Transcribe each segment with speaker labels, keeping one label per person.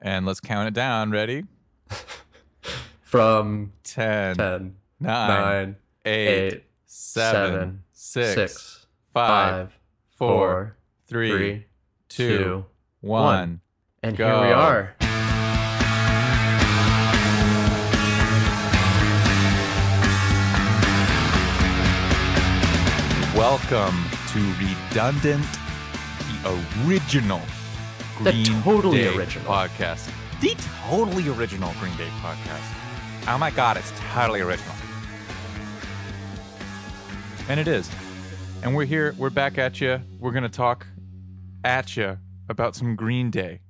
Speaker 1: And let's count it down. Ready?
Speaker 2: From
Speaker 1: Ten,
Speaker 2: 10,
Speaker 1: nine,
Speaker 2: 9,
Speaker 1: eight,
Speaker 2: 8,
Speaker 1: seven,
Speaker 2: seven,
Speaker 1: six,
Speaker 2: 6,
Speaker 1: five,
Speaker 2: 5,
Speaker 1: four,
Speaker 2: 4,
Speaker 1: three,
Speaker 2: 3,
Speaker 1: two,
Speaker 2: 2.
Speaker 1: one.
Speaker 2: And
Speaker 1: Go.
Speaker 2: here we are.
Speaker 1: Welcome to Redundant, the original
Speaker 2: The
Speaker 1: Green
Speaker 2: totally
Speaker 1: Day
Speaker 2: original.
Speaker 1: podcast. The totally original Green Day podcast. Oh my God, it's totally original. And it is. And we're here, we're back at you. We're going to talk at you about some Green Day.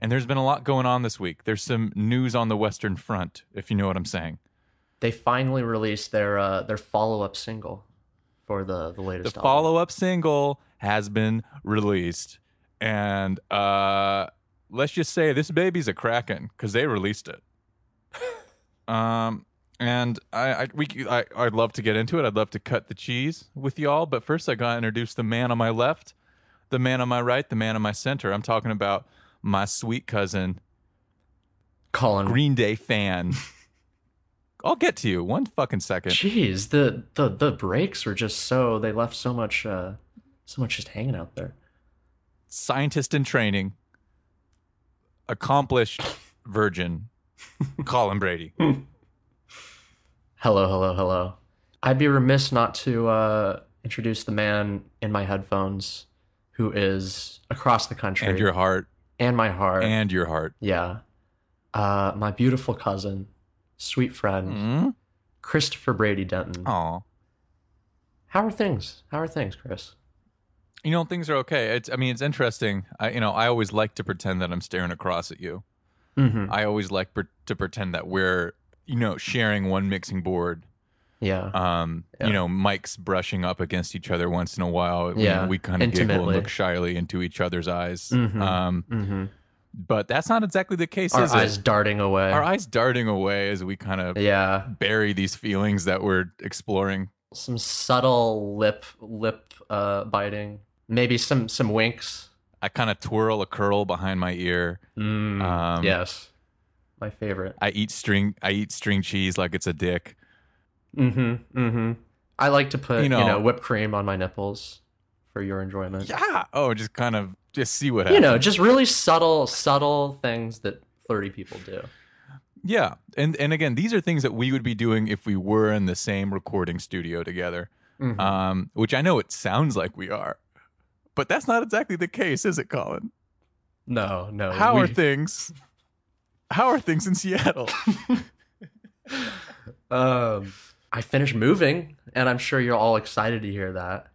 Speaker 1: And there's been a lot going on this week. There's some news on the Western Front, if you know what I'm saying.
Speaker 2: They finally released their uh, their follow up single for the, the latest
Speaker 1: the
Speaker 2: album.
Speaker 1: follow-up single has been released and uh let's just say this baby's a kraken because they released it um and I, I we I, I'd love to get into it. I'd love to cut the cheese with y'all, but first I gotta introduce the man on my left, the man on my right, the man on my center. I'm talking about my sweet cousin,
Speaker 2: Colin.
Speaker 1: Green Day fan. I'll get to you one fucking second.
Speaker 2: Jeez, the, the, the breaks were just so, they left so much, uh, so much just hanging out there.
Speaker 1: scientist in training, accomplished virgin, Colin Brady.
Speaker 2: Hello, hello, hello. I'd be remiss not to uh, introduce the man in my headphones who is across the country
Speaker 1: And your heart.
Speaker 2: and my heart.
Speaker 1: And your heart.
Speaker 2: yeah. Uh, my beautiful cousin, sweet friend,
Speaker 1: Mm?
Speaker 2: Christopher Brady Denton.
Speaker 1: Aw.
Speaker 2: How are things? How are things, Chris?
Speaker 1: You know, things are okay. It's I mean, it's interesting. I you know, I always like to pretend that I'm staring across at you.
Speaker 2: Mm-hmm.
Speaker 1: I always like per- to pretend that we're, you know, sharing one mixing board.
Speaker 2: Yeah.
Speaker 1: Um,
Speaker 2: Yeah.
Speaker 1: you know, mics brushing up against each other once in a while. You
Speaker 2: Yeah,
Speaker 1: know, we kind of giggle and
Speaker 2: intimately.
Speaker 1: look shyly into each other's eyes.
Speaker 2: Mhm.
Speaker 1: Um,
Speaker 2: mm-hmm.
Speaker 1: but that's not exactly the case,
Speaker 2: Our
Speaker 1: is
Speaker 2: eyes
Speaker 1: it?
Speaker 2: darting away.
Speaker 1: Our eyes darting away as we kind of
Speaker 2: yeah.
Speaker 1: bury these feelings that we're exploring.
Speaker 2: Some subtle lip lip uh, biting. Maybe some some winks.
Speaker 1: I kind of twirl a curl behind my ear.
Speaker 2: Mm,
Speaker 1: Um,
Speaker 2: yes. My favorite.
Speaker 1: I eat string. I eat string cheese like it's a dick.
Speaker 2: Mm-hmm. Mm-hmm. I like to put
Speaker 1: You
Speaker 2: you know,
Speaker 1: know-
Speaker 2: whipped cream on my nipples for your enjoyment.
Speaker 1: Yeah. Oh, just kind of just see what
Speaker 2: You
Speaker 1: happens.
Speaker 2: know, just really subtle, subtle things that flirty people do.
Speaker 1: Yeah. And and again, these are things that we would be doing if we were in the same recording studio together.
Speaker 2: Mhm.
Speaker 1: Um, which I know it sounds like we are, but that's not exactly the case, is it, Colin?
Speaker 2: no, no.
Speaker 1: How
Speaker 2: we-
Speaker 1: are things? How are things in Seattle?
Speaker 2: um, I finished moving, and I'm sure you're all excited to hear that.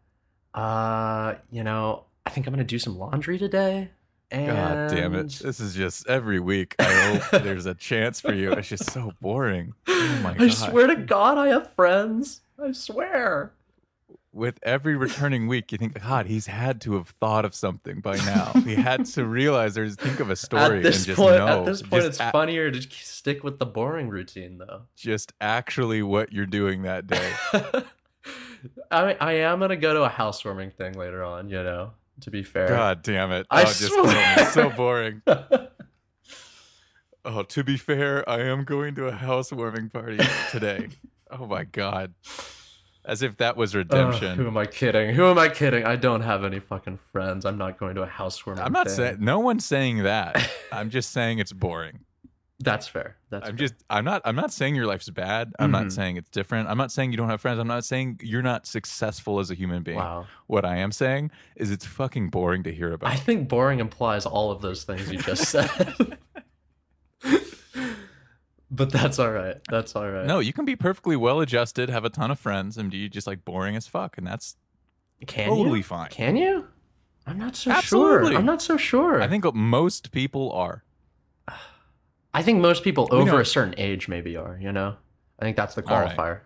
Speaker 2: Uh, you know, I think I'm gonna do some laundry today. And
Speaker 1: God damn it. This is just every week. I hope there's a chance for you. It's just so boring. Oh my
Speaker 2: I
Speaker 1: God.
Speaker 2: swear to God, I have friends. I swear.
Speaker 1: With every returning week, you think, God, he's had to have thought of something by now. he had to realize or think of a story
Speaker 2: at this
Speaker 1: and just
Speaker 2: point,
Speaker 1: know.
Speaker 2: at this point,
Speaker 1: just
Speaker 2: it's
Speaker 1: a-
Speaker 2: funnier to stick with the boring routine, though.
Speaker 1: just actually what you're doing that day.
Speaker 2: I I am gonna go to a housewarming thing later on. You know, to be fair.
Speaker 1: God damn it.
Speaker 2: I
Speaker 1: oh, just kill me.
Speaker 2: swear.
Speaker 1: so boring. Oh, to be fair, I am going to a housewarming party today. oh my God. As if that was
Speaker 2: Ugh,
Speaker 1: redemption.
Speaker 2: Uh, who am I kidding? Who am I kidding? I don't have any fucking friends. I'm not going to a housewarming.
Speaker 1: I'm not
Speaker 2: thing.
Speaker 1: saying no one's saying that. I'm just saying it's boring.
Speaker 2: that's fair. That's
Speaker 1: I'm
Speaker 2: fair.
Speaker 1: just I'm not I'm not saying your life's bad. I'm
Speaker 2: Mhm.
Speaker 1: not saying it's different. I'm not saying you don't have friends. I'm not saying you're not successful as a human being.
Speaker 2: wow.
Speaker 1: What I am saying is it's fucking boring to hear
Speaker 2: I
Speaker 1: about.
Speaker 2: think boring implies all of those things you just said. but that's all right. That's all right.
Speaker 1: No, you can be perfectly well adjusted, have a ton of friends, and be just like boring as fuck, and that's
Speaker 2: can
Speaker 1: totally
Speaker 2: you?
Speaker 1: fine.
Speaker 2: Can you? I'm not so
Speaker 1: Absolutely.
Speaker 2: sure. I'm not so sure.
Speaker 1: I think most people are.
Speaker 2: I think most people
Speaker 1: We
Speaker 2: over
Speaker 1: know-
Speaker 2: a certain age maybe are, you know? I think that's the
Speaker 1: All right.
Speaker 2: qualifier.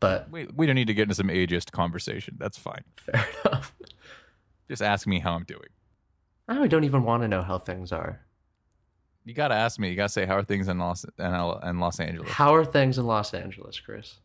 Speaker 2: But
Speaker 1: We we don't need to get into some ageist conversation. That's fine.
Speaker 2: fair enough.
Speaker 1: Just ask me how I'm doing.
Speaker 2: I really don't even want to know how things are.
Speaker 1: You gotta ask me. You gotta say how are things in Los in, L- in Los Angeles.
Speaker 2: How are things in Los Angeles, Chris?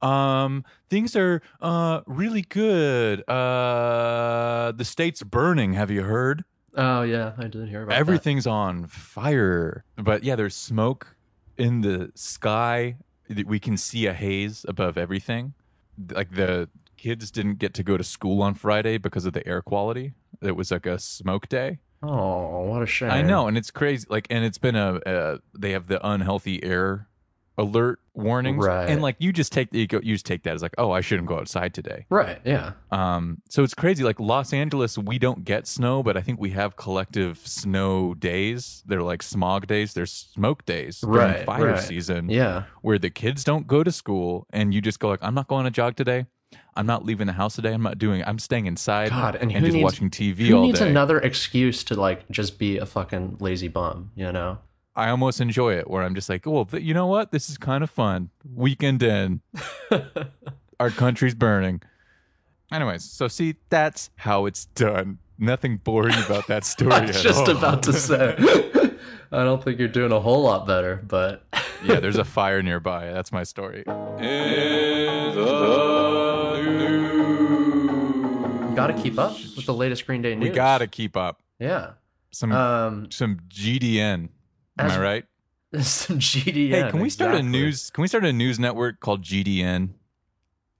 Speaker 1: Um, things are uh really good. Uh, the state's burning. Have you heard?
Speaker 2: Oh yeah, I did hear about That.
Speaker 1: Everything's on fire. But yeah, there's smoke in the sky. Th- We can see a haze above everything. Th- Like the kids didn't get to go to school on Friday because of the air quality. It was like a smoke day.
Speaker 2: Oh, what a shame.
Speaker 1: I know, and it's crazy. Like, and it's been a uh, they have the unhealthy air alert warnings,
Speaker 2: Right.
Speaker 1: and like you just take you, go, you just take that as like, oh, I shouldn't go outside today.
Speaker 2: Right? Yeah.
Speaker 1: Um, so it's crazy. Like Los Angeles, we don't get snow, but I think we have collective snow days. They're like smog days. They're smoke days during
Speaker 2: Right,
Speaker 1: fire
Speaker 2: right.
Speaker 1: season,
Speaker 2: Yeah.
Speaker 1: where the kids don't go to school, and you just go like, I'm not going to jog today. I'm not leaving the house today. I'm not doing. I'm staying inside
Speaker 2: God, and
Speaker 1: and
Speaker 2: who
Speaker 1: just
Speaker 2: needs-
Speaker 1: watching TV
Speaker 2: Who
Speaker 1: all
Speaker 2: needs
Speaker 1: day.
Speaker 2: another excuse to like just be a fucking lazy bum? You know?
Speaker 1: I almost enjoy it where I'm just like, well, th- you know what? This is kind of fun. Weekend in. Our country's burning. Anyways, so see, that's how it's done. Nothing boring about that story.
Speaker 2: I was
Speaker 1: at
Speaker 2: just
Speaker 1: all.
Speaker 2: about to say. I don't think you're doing a whole lot better, but
Speaker 1: yeah, there's a fire nearby. That's my story.
Speaker 2: gotta keep up with the latest Green Day news.
Speaker 1: We gotta Mm. keep up.
Speaker 2: Yeah.
Speaker 1: Some
Speaker 2: Um.
Speaker 1: some GDN. Am
Speaker 2: as-
Speaker 1: I right?
Speaker 2: Some GDN.
Speaker 1: hey, can we start
Speaker 2: exactly.
Speaker 1: a news? Can we start a news network called GDN?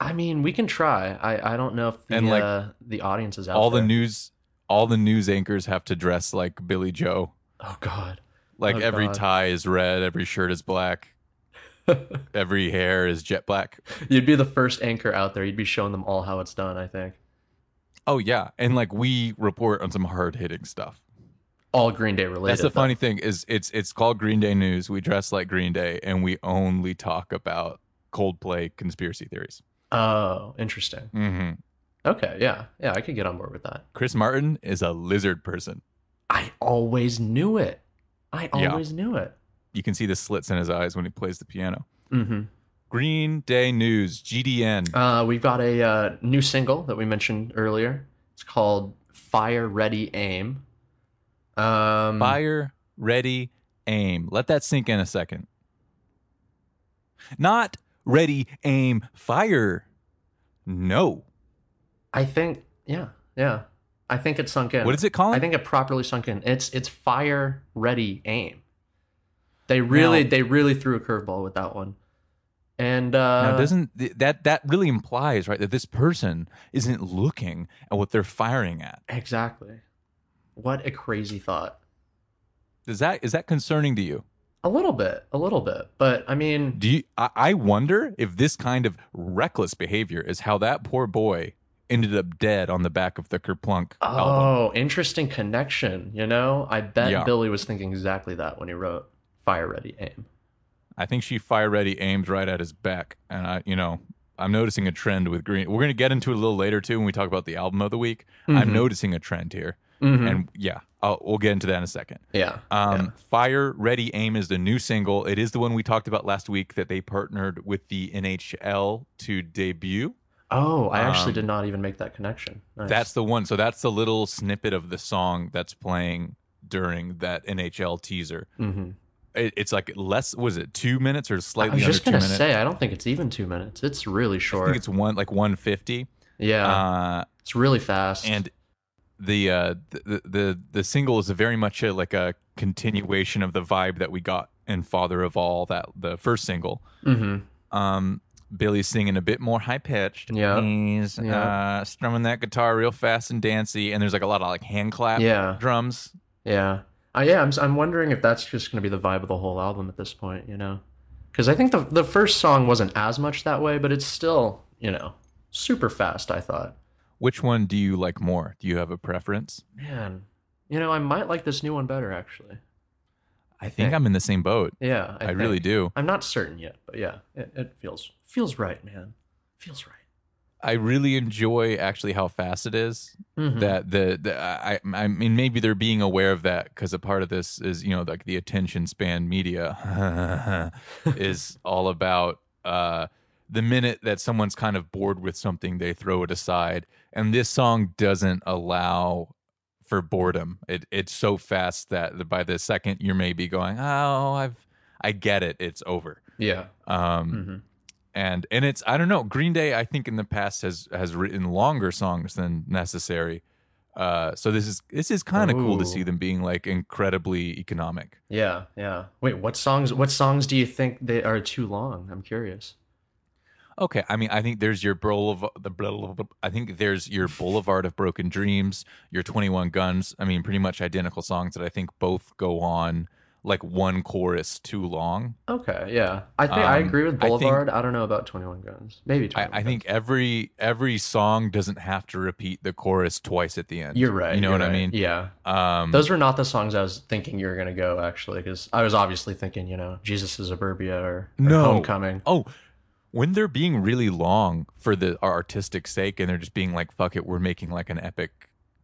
Speaker 2: I mean, we can try. I I don't know if the
Speaker 1: And, like,
Speaker 2: uh, the audience is out
Speaker 1: all the
Speaker 2: there.
Speaker 1: news, all the news anchors have to dress like Billy Joe.
Speaker 2: Oh God.
Speaker 1: Like
Speaker 2: Oh,
Speaker 1: every
Speaker 2: God.
Speaker 1: tie is red, every shirt is black, every hair is jet black.
Speaker 2: You'd be the first anchor out there. You'd be showing them all how it's done. I think
Speaker 1: Oh yeah, and like we report on some hard hitting stuff.
Speaker 2: all Green Day related.
Speaker 1: That's the
Speaker 2: though.
Speaker 1: funny thing is it's it's called Green Day News. We dress like Green Day, and we only talk about Coldplay conspiracy theories.
Speaker 2: Oh, interesting.
Speaker 1: hmm
Speaker 2: Okay, yeah, yeah, I could get on board with that.
Speaker 1: Chris Martin is a lizard person.
Speaker 2: I always knew it. I
Speaker 1: Yeah.
Speaker 2: always knew it.
Speaker 1: You can see the slits in his eyes when he plays the piano.
Speaker 2: hmm
Speaker 1: Mm-hmm. Green Day News GDN.
Speaker 2: Uh, we've got a uh, new single that we mentioned earlier. It's called "Fire Ready Aim." Um,
Speaker 1: Fire, ready, aim. Let that sink in a second. Not ready, aim, fire. No.
Speaker 2: I think, yeah, yeah, I think it sunk in.
Speaker 1: What is it, Colin?
Speaker 2: I think it properly sunk in. It's it's fire ready aim. They really
Speaker 1: Now-
Speaker 2: they really threw a curveball with that one. And uh
Speaker 1: now, doesn't th- that that really implies, right, that this person isn't looking at what they're firing at?
Speaker 2: exactly. What a crazy thought.
Speaker 1: Is that is that concerning to you?
Speaker 2: A little bit, a little bit. But I mean,
Speaker 1: Do you? I, I wonder if this kind of reckless behavior is how that poor boy ended up dead on the back of the Kerplunk album.
Speaker 2: oh, interesting connection, you know? I bet
Speaker 1: Yeah.
Speaker 2: Billy was thinking exactly that when he wrote fire ready aim.
Speaker 1: I think she fire ready aims right at his back, and I, you know, I'm noticing a trend with Green. We're gonna get into it a little later too when we talk about the album of the week. I'm
Speaker 2: Mhm.
Speaker 1: noticing a trend here,
Speaker 2: Mhm.
Speaker 1: and yeah, I'll, we'll get into that in a second.
Speaker 2: yeah.
Speaker 1: Um, Fire Ready Aim is the new single. It is the one we talked about last week that they partnered with the NHL to debut.
Speaker 2: Oh, I actually
Speaker 1: um,
Speaker 2: did not even make that connection. Nice.
Speaker 1: That's the one. So that's the little snippet of the song that's playing during that NHL teaser.
Speaker 2: hmm
Speaker 1: It, it's like less. Was it two minutes or
Speaker 2: I
Speaker 1: slightly
Speaker 2: was
Speaker 1: under
Speaker 2: just
Speaker 1: two
Speaker 2: gonna
Speaker 1: minutes?
Speaker 2: say, I don't think it's even two minutes. It's really
Speaker 1: I
Speaker 2: short.
Speaker 1: think it's one like 150.
Speaker 2: yeah,
Speaker 1: Uh,
Speaker 2: it's really fast.
Speaker 1: and the uh the the the single is very much a, like a continuation of the vibe that we got in father of all that the first single
Speaker 2: hmm
Speaker 1: um billy's singing a bit more high pitched
Speaker 2: Yeah.
Speaker 1: he's
Speaker 2: Yeah.
Speaker 1: uh strumming that guitar real fast and dancey and there's like a lot of like hand clap
Speaker 2: Yeah.
Speaker 1: drums
Speaker 2: Yeah. Uh, yeah, I'm, I'm wondering if that's just going to be the vibe of the whole album at this point, you know? Because I think the, the first song wasn't as much that way, but it's still, you know, super fast, I thought.
Speaker 1: which one do you like more do you have a preference
Speaker 2: Man, you know, I might like this new one better, actually.
Speaker 1: i think
Speaker 2: think-
Speaker 1: i'm in the same boat
Speaker 2: Yeah.
Speaker 1: i, really
Speaker 2: think.
Speaker 1: do
Speaker 2: I'm not certain yet, but yeah, it, it feels feels right, man. Feels right.
Speaker 1: i really enjoy actually how fast it is
Speaker 2: Mhm.
Speaker 1: that the, the I, I mean maybe they're being aware of that because a part of this is you know like the attention span media is all about uh the minute that someone's kind of bored with something they throw it aside and this song doesn't allow for boredom it it's so fast that by the second you're maybe going oh i've i get it it's over
Speaker 2: yeah.
Speaker 1: um
Speaker 2: hmm
Speaker 1: and and it's I don't know Green Day I think in the past has has written longer songs than necessary Uh, so this is this is kind of cool to
Speaker 2: Ooh.
Speaker 1: see them being like incredibly economic.
Speaker 2: Yeah, yeah. Wait, what songs? What songs do you think they are too long? I'm curious.
Speaker 1: Okay, I mean, I think there's your boulevard. The blah, blah, blah, I think there's your Boulevard of Broken Dreams, your Twenty One Guns. I mean, pretty much identical songs that I think both go on like one chorus too long.
Speaker 2: Okay, yeah. I think I
Speaker 1: Um,
Speaker 2: agree with
Speaker 1: I think-
Speaker 2: Boulevard. I, don't know about Twenty One Guns. Maybe 21
Speaker 1: I, I
Speaker 2: Guns.
Speaker 1: think every every song doesn't have to repeat the chorus twice at the end.
Speaker 2: you're right.
Speaker 1: You know
Speaker 2: you're
Speaker 1: what I
Speaker 2: right.
Speaker 1: mean?
Speaker 2: Yeah.
Speaker 1: Um,
Speaker 2: Those were not the songs I was thinking you were gonna go actually, because I was obviously thinking, you know, Jesus is a Burbia or, or
Speaker 1: No.
Speaker 2: Homecoming.
Speaker 1: Oh, when they're being really long for the our artistic sake, and they're just being like, "Fuck it, we're making like an epic."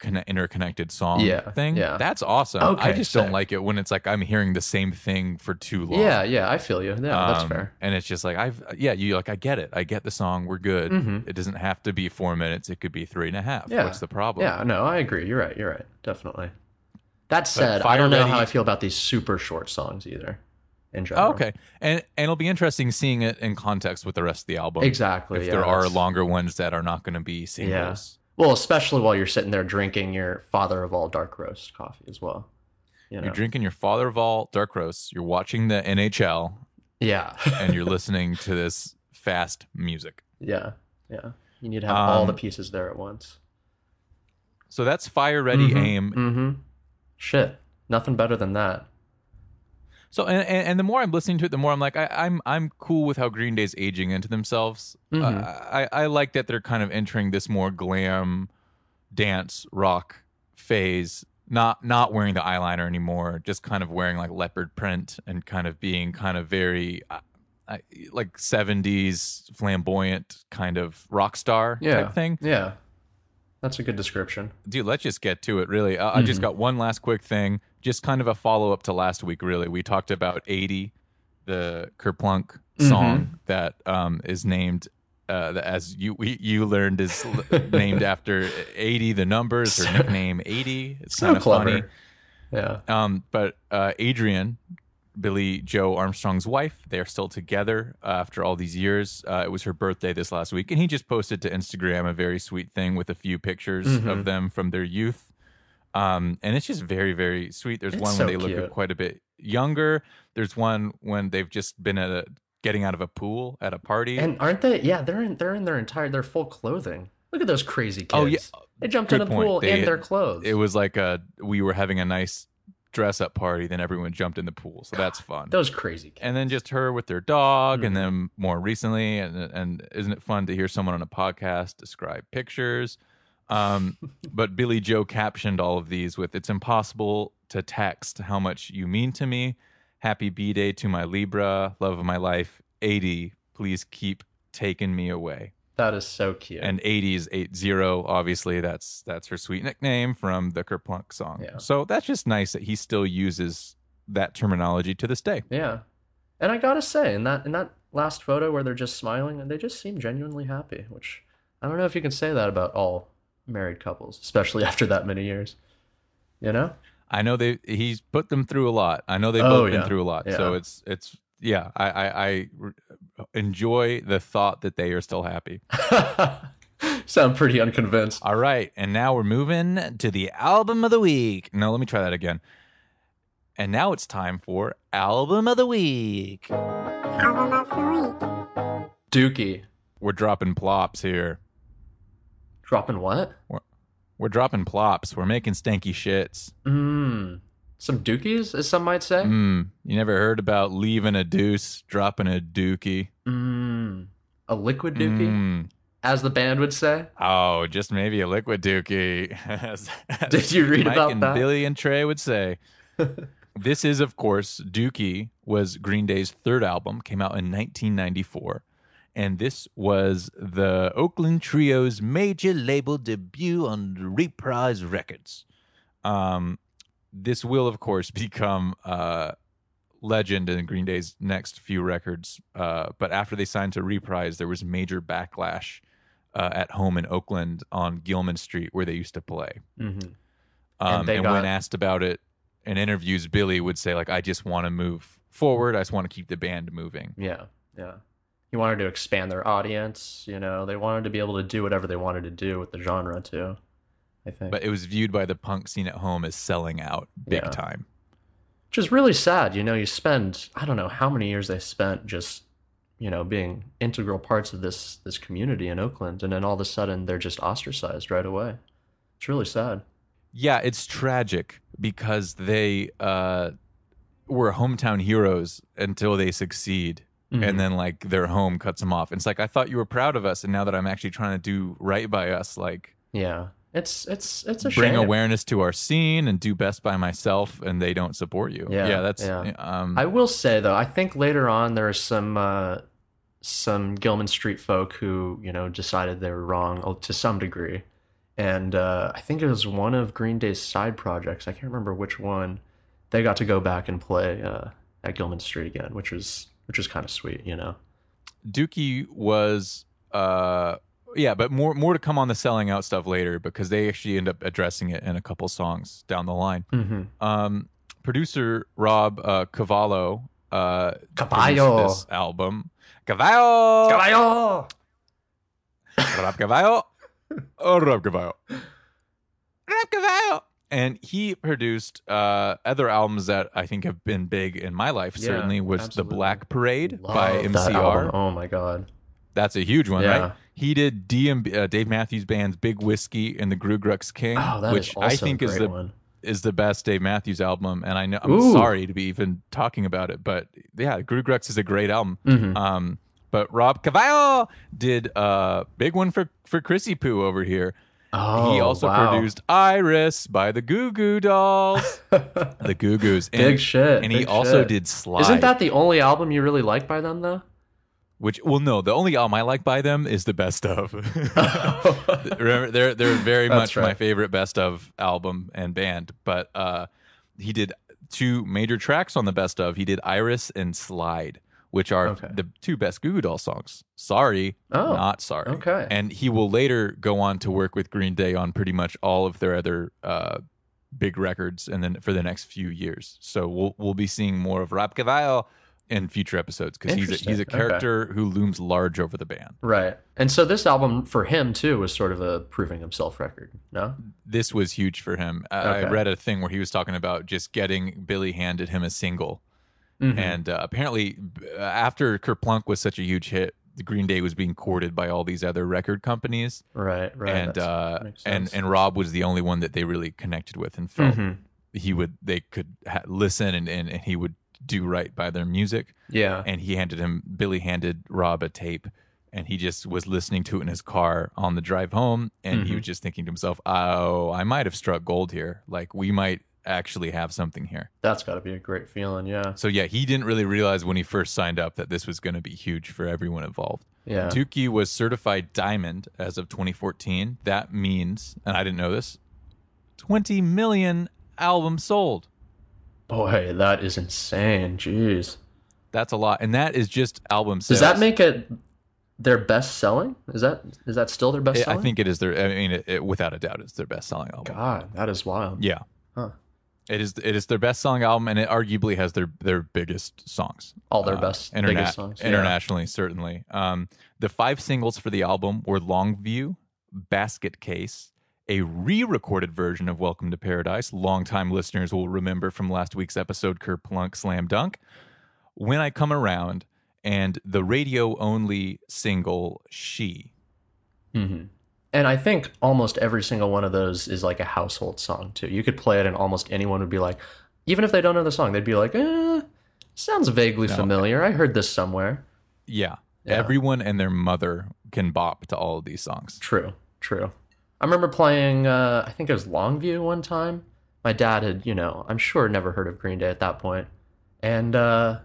Speaker 1: Conne- interconnected song
Speaker 2: Yeah,
Speaker 1: thing
Speaker 2: yeah.
Speaker 1: that's awesome i
Speaker 2: Okay,
Speaker 1: just don't
Speaker 2: sick.
Speaker 1: like it when it's like i'm hearing the same thing for too long
Speaker 2: Yeah, yeah. I feel you. Yeah, that's
Speaker 1: Um,
Speaker 2: fair.
Speaker 1: and it's just like i've yeah you like i get it i get the song we're good
Speaker 2: Mhm.
Speaker 1: it doesn't have to be four minutes it could be three and a half
Speaker 2: Yeah.
Speaker 1: what's the problem
Speaker 2: Yeah, no, I agree. You're right. You're right. Definitely. That said, I
Speaker 1: Fire
Speaker 2: don't know
Speaker 1: Ready-
Speaker 2: how I feel about these super short songs either. In general.
Speaker 1: Oh, okay and and it'll be interesting seeing it in context with the rest of the album
Speaker 2: Exactly.
Speaker 1: if
Speaker 2: yeah,
Speaker 1: there are
Speaker 2: that's-
Speaker 1: longer ones that are not going to be singles
Speaker 2: Well, especially while you're sitting there drinking your father of all dark roast coffee as well. You know?
Speaker 1: You're drinking your father of all dark roast. You're watching the NHL,
Speaker 2: yeah.
Speaker 1: and you're listening to this fast music.
Speaker 2: yeah. Yeah. You need to have all
Speaker 1: Um,
Speaker 2: the pieces there at once.
Speaker 1: So that's fire, ready,
Speaker 2: Mhm,
Speaker 1: aim.
Speaker 2: mhm. Shit. Nothing better than that.
Speaker 1: So and, and and the more I'm listening to it, the more I'm like I, I'm I'm cool with how Green Day's aging into themselves.
Speaker 2: Mhm.
Speaker 1: Uh, I I like that they're kind of entering this more glam, dance rock phase. Not not wearing the eyeliner anymore. Just kind of wearing like leopard print and kind of being kind of very. uh, I, like 70s flamboyant kind of rock star
Speaker 2: Yeah.
Speaker 1: type thing.
Speaker 2: Yeah. That's a good description.
Speaker 1: dude let's just get to it really uh, i
Speaker 2: Mm-hmm.
Speaker 1: just got one last quick thing just kind of a follow-up to last week really we talked about 80 the kerplunk
Speaker 2: Mm-hmm.
Speaker 1: song that um, is named uh, the- as you we, you learned is l- named after 80 the numbers or nickname 80 it's
Speaker 2: So
Speaker 1: kind of
Speaker 2: clever.
Speaker 1: funny
Speaker 2: Yeah.
Speaker 1: um, but uh, Adrian, Billy Joe Armstrong's wife, they are still together uh, after all these years. Uh, it was her birthday this last week, and he just posted to Instagram a very sweet thing with a few pictures of
Speaker 2: Mhm.
Speaker 1: them from their youth. Um, and it's just very, very sweet. There's
Speaker 2: It's
Speaker 1: one
Speaker 2: so
Speaker 1: when they look
Speaker 2: cute.
Speaker 1: quite a bit younger. There's one when they've just been at a getting out of a pool at a party.
Speaker 2: And aren't they? Yeah, they're in. They're in their entire. Their full clothing. Look at those crazy kids.
Speaker 1: Oh,
Speaker 2: They jumped
Speaker 1: Good
Speaker 2: in the
Speaker 1: point.
Speaker 2: pool
Speaker 1: They-
Speaker 2: in their clothes.
Speaker 1: it was like a we were having a nice dress up party, then everyone jumped in the pool. So that's fun.
Speaker 2: those crazy kids.
Speaker 1: and then just her with their dog, and then more recently, and and isn't it fun to hear someone on a podcast describe pictures? Um, but Billy Joe captioned all of these with "It's impossible to text how much you mean to me." Happy B Day to my Libra, love of my life, eighty. Please keep taking me away.
Speaker 2: That is so cute.
Speaker 1: And eighty is eight zero. Obviously, that's that's her sweet nickname from the Kerplunk song.
Speaker 2: Yeah.
Speaker 1: So that's just nice that he still uses that terminology to this day.
Speaker 2: yeah, and I gotta say, in that in that last photo where they're just smiling, they just seem genuinely happy. Which I don't know if you can say that about all married couples, especially after that many years. You know?
Speaker 1: I know they he's put them through a lot. I know they've
Speaker 2: Oh,
Speaker 1: both been
Speaker 2: yeah.
Speaker 1: through a lot. So
Speaker 2: Yeah.
Speaker 1: it's it's yeah, I, I I re- enjoy the thought that they are still happy.
Speaker 2: Sound pretty unconvinced.
Speaker 1: All right, and now we're moving to the album of the week. No, let me try that again. And now it's time for album of the week.
Speaker 2: Dookie
Speaker 1: We're dropping plops here.
Speaker 2: dropping what?
Speaker 1: We're dropping plops. We're making stanky shits.
Speaker 2: Mmm. Some dookies, as some might say.
Speaker 1: Mm, you never heard about leaving a deuce, dropping a dookie.
Speaker 2: Mmm. A liquid dookie,
Speaker 1: Mm.
Speaker 2: as the band would say.
Speaker 1: Oh, just maybe a liquid dookie. as- as
Speaker 2: Did you read
Speaker 1: Mike
Speaker 2: about
Speaker 1: and
Speaker 2: that?
Speaker 1: Billy and Trey would say. this is, of course, Dookie was Green Day's third album, came out in 1994. And this was the Oakland Trio's major label debut on Reprise Records. Um, this will, of course, become uh, legend in Green Day's next few records. Uh, but after they signed to Reprise, there was major backlash uh, at home in Oakland on Gilman Street, where they used to play.
Speaker 2: Mm-hmm.
Speaker 1: Um, and,
Speaker 2: And they got-
Speaker 1: when asked about it in interviews, Billy would say, like, I just want to move forward. I just want to keep the band moving.
Speaker 2: Yeah, yeah. He wanted to expand their audience. You know, they wanted to be able to do whatever they wanted to do with the genre too. I think.
Speaker 1: but it was viewed by the punk scene at home as selling out big
Speaker 2: Yeah.
Speaker 1: time.
Speaker 2: which is really sad. You know, you spend I don't know how many years they spent just you know being integral parts of this this community in Oakland, and then all of a sudden they're just ostracized right away. It's really sad.
Speaker 1: Yeah, it's tragic because they uh, were hometown heroes until they succeed,
Speaker 2: Mhm.
Speaker 1: and then like their home cuts them off. And it's like I thought you were proud of us, and now that I'm actually trying to do right by us, like
Speaker 2: yeah, it's it's it's a
Speaker 1: bring
Speaker 2: shame.
Speaker 1: awareness to our scene and do best by myself, and they don't support you.
Speaker 2: Yeah,
Speaker 1: that's
Speaker 2: yeah.
Speaker 1: um,
Speaker 2: I will say though, I think later on there are some uh, some Gilman Street folk who you know decided they were wrong uh, to some degree, and uh, I think it was one of Green Day's side projects. I can't remember which one. They got to go back and play uh, at Gilman Street again, which was which was kind of sweet, you know.
Speaker 1: Dookie was uh yeah, but more more to come on the selling out stuff later because they actually end up addressing it in a couple songs down the line.
Speaker 2: Mm-hmm.
Speaker 1: Um producer Rob uh Cavallo uh produced
Speaker 2: Caballo,
Speaker 1: this album. Cavallo
Speaker 2: caballo.
Speaker 1: Rob Cavallo Oh Rob Cavallo Rob Cavallo and he produced uh, other albums that I think have been big in my life.
Speaker 2: Yeah,
Speaker 1: certainly was
Speaker 2: absolutely.
Speaker 1: the Black Parade by
Speaker 2: Love that album.
Speaker 1: MCR.
Speaker 2: Oh my god.
Speaker 1: That's a huge one,
Speaker 2: Yeah.
Speaker 1: right? He did DM, uh, Dave Matthews Band's Big Whiskey and the Grugrux King,
Speaker 2: Oh, that is
Speaker 1: which
Speaker 2: also
Speaker 1: I think
Speaker 2: a
Speaker 1: is
Speaker 2: great
Speaker 1: the
Speaker 2: one.
Speaker 1: is the best Dave Matthews album. And I know I'm
Speaker 2: Ooh.
Speaker 1: sorry to be even talking about it, but yeah, Grugrux is a great album.
Speaker 2: Mhm.
Speaker 1: Um, but Rob Cavallo did a big one for for Chrissy Poo over here.
Speaker 2: Oh,
Speaker 1: he also
Speaker 2: wow.
Speaker 1: produced Iris by the Goo Goo Dolls, the Goo Goos,
Speaker 2: Big
Speaker 1: and,
Speaker 2: shit.
Speaker 1: and he
Speaker 2: big
Speaker 1: also
Speaker 2: shit.
Speaker 1: did Slide.
Speaker 2: Isn't that the only album you really like by them though?
Speaker 1: Which well, no, the only album I like by them is the best of. Remember, they're they're very
Speaker 2: That's
Speaker 1: much
Speaker 2: right.
Speaker 1: my favorite best of album and band. But uh, he did two major tracks on the best of. He did Iris and Slide, which are
Speaker 2: Okay.
Speaker 1: the two best Goo Goo Doll songs. Sorry,
Speaker 2: Oh,
Speaker 1: not sorry.
Speaker 2: okay.
Speaker 1: And he will later go on to work with Green Day on pretty much all of their other uh, big records, and then for the next few years. So we'll we'll be seeing more of Rob Cavallo in future episodes because he's a,
Speaker 2: Interesting.
Speaker 1: he's a
Speaker 2: Okay.
Speaker 1: character who looms large over the band.
Speaker 2: Right. And so this album for him too was sort of a proving himself record. No?
Speaker 1: this was huge for him. I, I
Speaker 2: Okay.
Speaker 1: read a thing where he was talking about just getting Billy handed him a single,
Speaker 2: Mhm.
Speaker 1: and uh, apparently b- after Kerplunk was such a huge hit, the Green Day was being courted by all these other record companies,
Speaker 2: right, right.
Speaker 1: and
Speaker 2: that's-
Speaker 1: uh,
Speaker 2: makes
Speaker 1: and
Speaker 2: sense.
Speaker 1: and Rob was the only one that they really connected with and felt
Speaker 2: Mhm.
Speaker 1: he would they could ha- listen and, and and he would do right by their music.
Speaker 2: Yeah.
Speaker 1: And he handed him Billy handed Rob a tape. And he just was listening to it in his car on the drive home, and he
Speaker 2: Mhm.
Speaker 1: was just thinking to himself, "Oh, I might have struck gold here. Like we might actually have something here."
Speaker 2: That's gotta be a great feeling, yeah.
Speaker 1: So yeah, he didn't really realize when he first signed up that this was going to be huge for everyone involved.
Speaker 2: Yeah.
Speaker 1: Dookie was certified diamond as of 2014. That means, and I didn't know this, 20 million albums sold.
Speaker 2: Boy, that is insane. Jeez.
Speaker 1: That's a lot, and that is just album
Speaker 2: Does
Speaker 1: sales.
Speaker 2: that make it their best selling? Is that is that still their best
Speaker 1: I- I
Speaker 2: selling?
Speaker 1: think it is their. I mean, it, it, without a doubt, it's their best-selling album.
Speaker 2: God, that is wild.
Speaker 1: Yeah,
Speaker 2: Huh.
Speaker 1: it is. It is their best-selling album, and it arguably has their their biggest songs.
Speaker 2: All their best
Speaker 1: interna-
Speaker 2: biggest songs. yeah.
Speaker 1: internationally, certainly. Um, the five singles for the album were "Long View," "Basket Case," a re-recorded version of "Welcome to Paradise." Longtime listeners will remember from last week's episode, Kerplunk Slam Dunk. "When I Come Around," and the radio-only single "She."
Speaker 2: hmm And I think almost every single one of those is like a household song too. You could play it, and almost anyone would be like, even if they don't know the song, they'd be like, eh, "Sounds vaguely
Speaker 1: No.
Speaker 2: familiar. I heard this somewhere."
Speaker 1: Yeah.
Speaker 2: Yeah.
Speaker 1: Everyone and their mother can bop to all of these songs.
Speaker 2: True, true. I remember playing, uh, I think it was Longview one time. My dad had, you know, I'm sure never heard of Green Day at that point, and uh,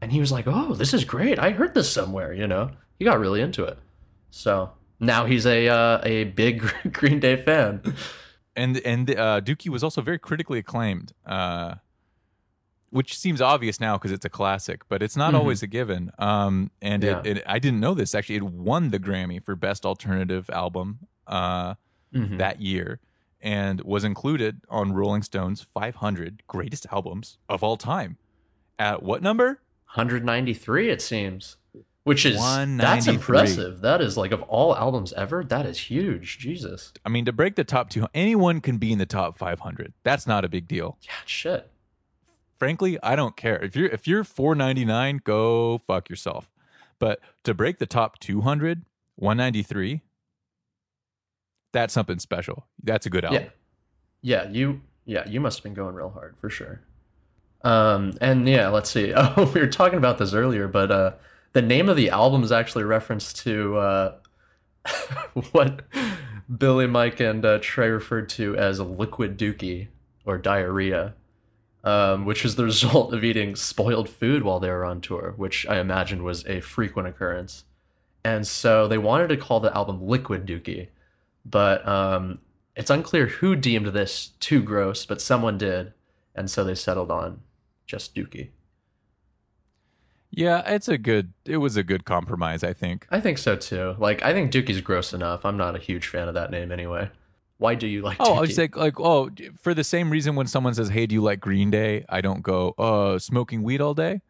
Speaker 2: and he was like, "Oh, this is great. I heard this somewhere." You know, he got really into it. So now he's a uh, a big Green Day fan.
Speaker 1: And and uh, Dookie was also very critically acclaimed, uh, which seems obvious now because it's a classic, but it's not
Speaker 2: Mhm.
Speaker 1: always a given. Um, and
Speaker 2: Yeah.
Speaker 1: it, it, I didn't know this actually. It won the Grammy for Best Alternative Album uh,
Speaker 2: Mhm.
Speaker 1: that year and was included on Rolling Stone's 500 Greatest Albums of All Time. At what number?
Speaker 2: 193 it seems which is that's
Speaker 1: 193.
Speaker 2: impressive. That is like of all albums ever, that is huge. Jesus,
Speaker 1: I mean, to break the top two, anyone can be in the top 500. That's not a big deal.
Speaker 2: yeah, shit.
Speaker 1: Frankly, I don't care. If you're if you're 499, go fuck yourself. But to break the top 200, 193, that's something special. That's a good album.
Speaker 2: Yeah, yeah, you, yeah, you must have been going real hard for sure. Um, and yeah, let's see. Oh, we were talking about this earlier, but uh, the name of the album is actually a reference to uh, what Billy, Mike, and uh, Trey referred to as liquid dookie or diarrhea, um, which is the result of eating spoiled food while they were on tour, which I imagine was a frequent occurrence. And so they wanted to call the album Liquid Dookie, but um, it's unclear who deemed this too gross, but someone did. And so they settled on just Dookie.
Speaker 1: Yeah, it's a good it was a good compromise, I think.
Speaker 2: I think so too. Like, I think Dookie's gross enough. I'm not a huge fan of that name anyway. Why do you like
Speaker 1: Oh, I
Speaker 2: Dookie?
Speaker 1: was like, like, oh, for the same reason when someone says, "Hey, do you like Green Day?" I don't go, "Uh, smoking weed all day."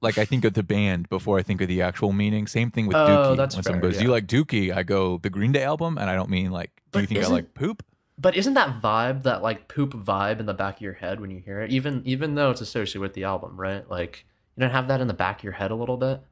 Speaker 1: Like I think of the band before I think of the actual meaning. Same thing with
Speaker 2: Oh,
Speaker 1: Dookie.
Speaker 2: that's
Speaker 1: when someone
Speaker 2: fair,
Speaker 1: goes, "Do you like Dookie?" I go, "The Green Day album," and I don't mean like, "Do you
Speaker 2: But
Speaker 1: think I
Speaker 2: isn't-
Speaker 1: like poop?"
Speaker 2: But isn't that vibe that like poop vibe in the back of your head when you hear it? Even even though it's associated with the album, right? Like you don't have that in the back of your head a little bit.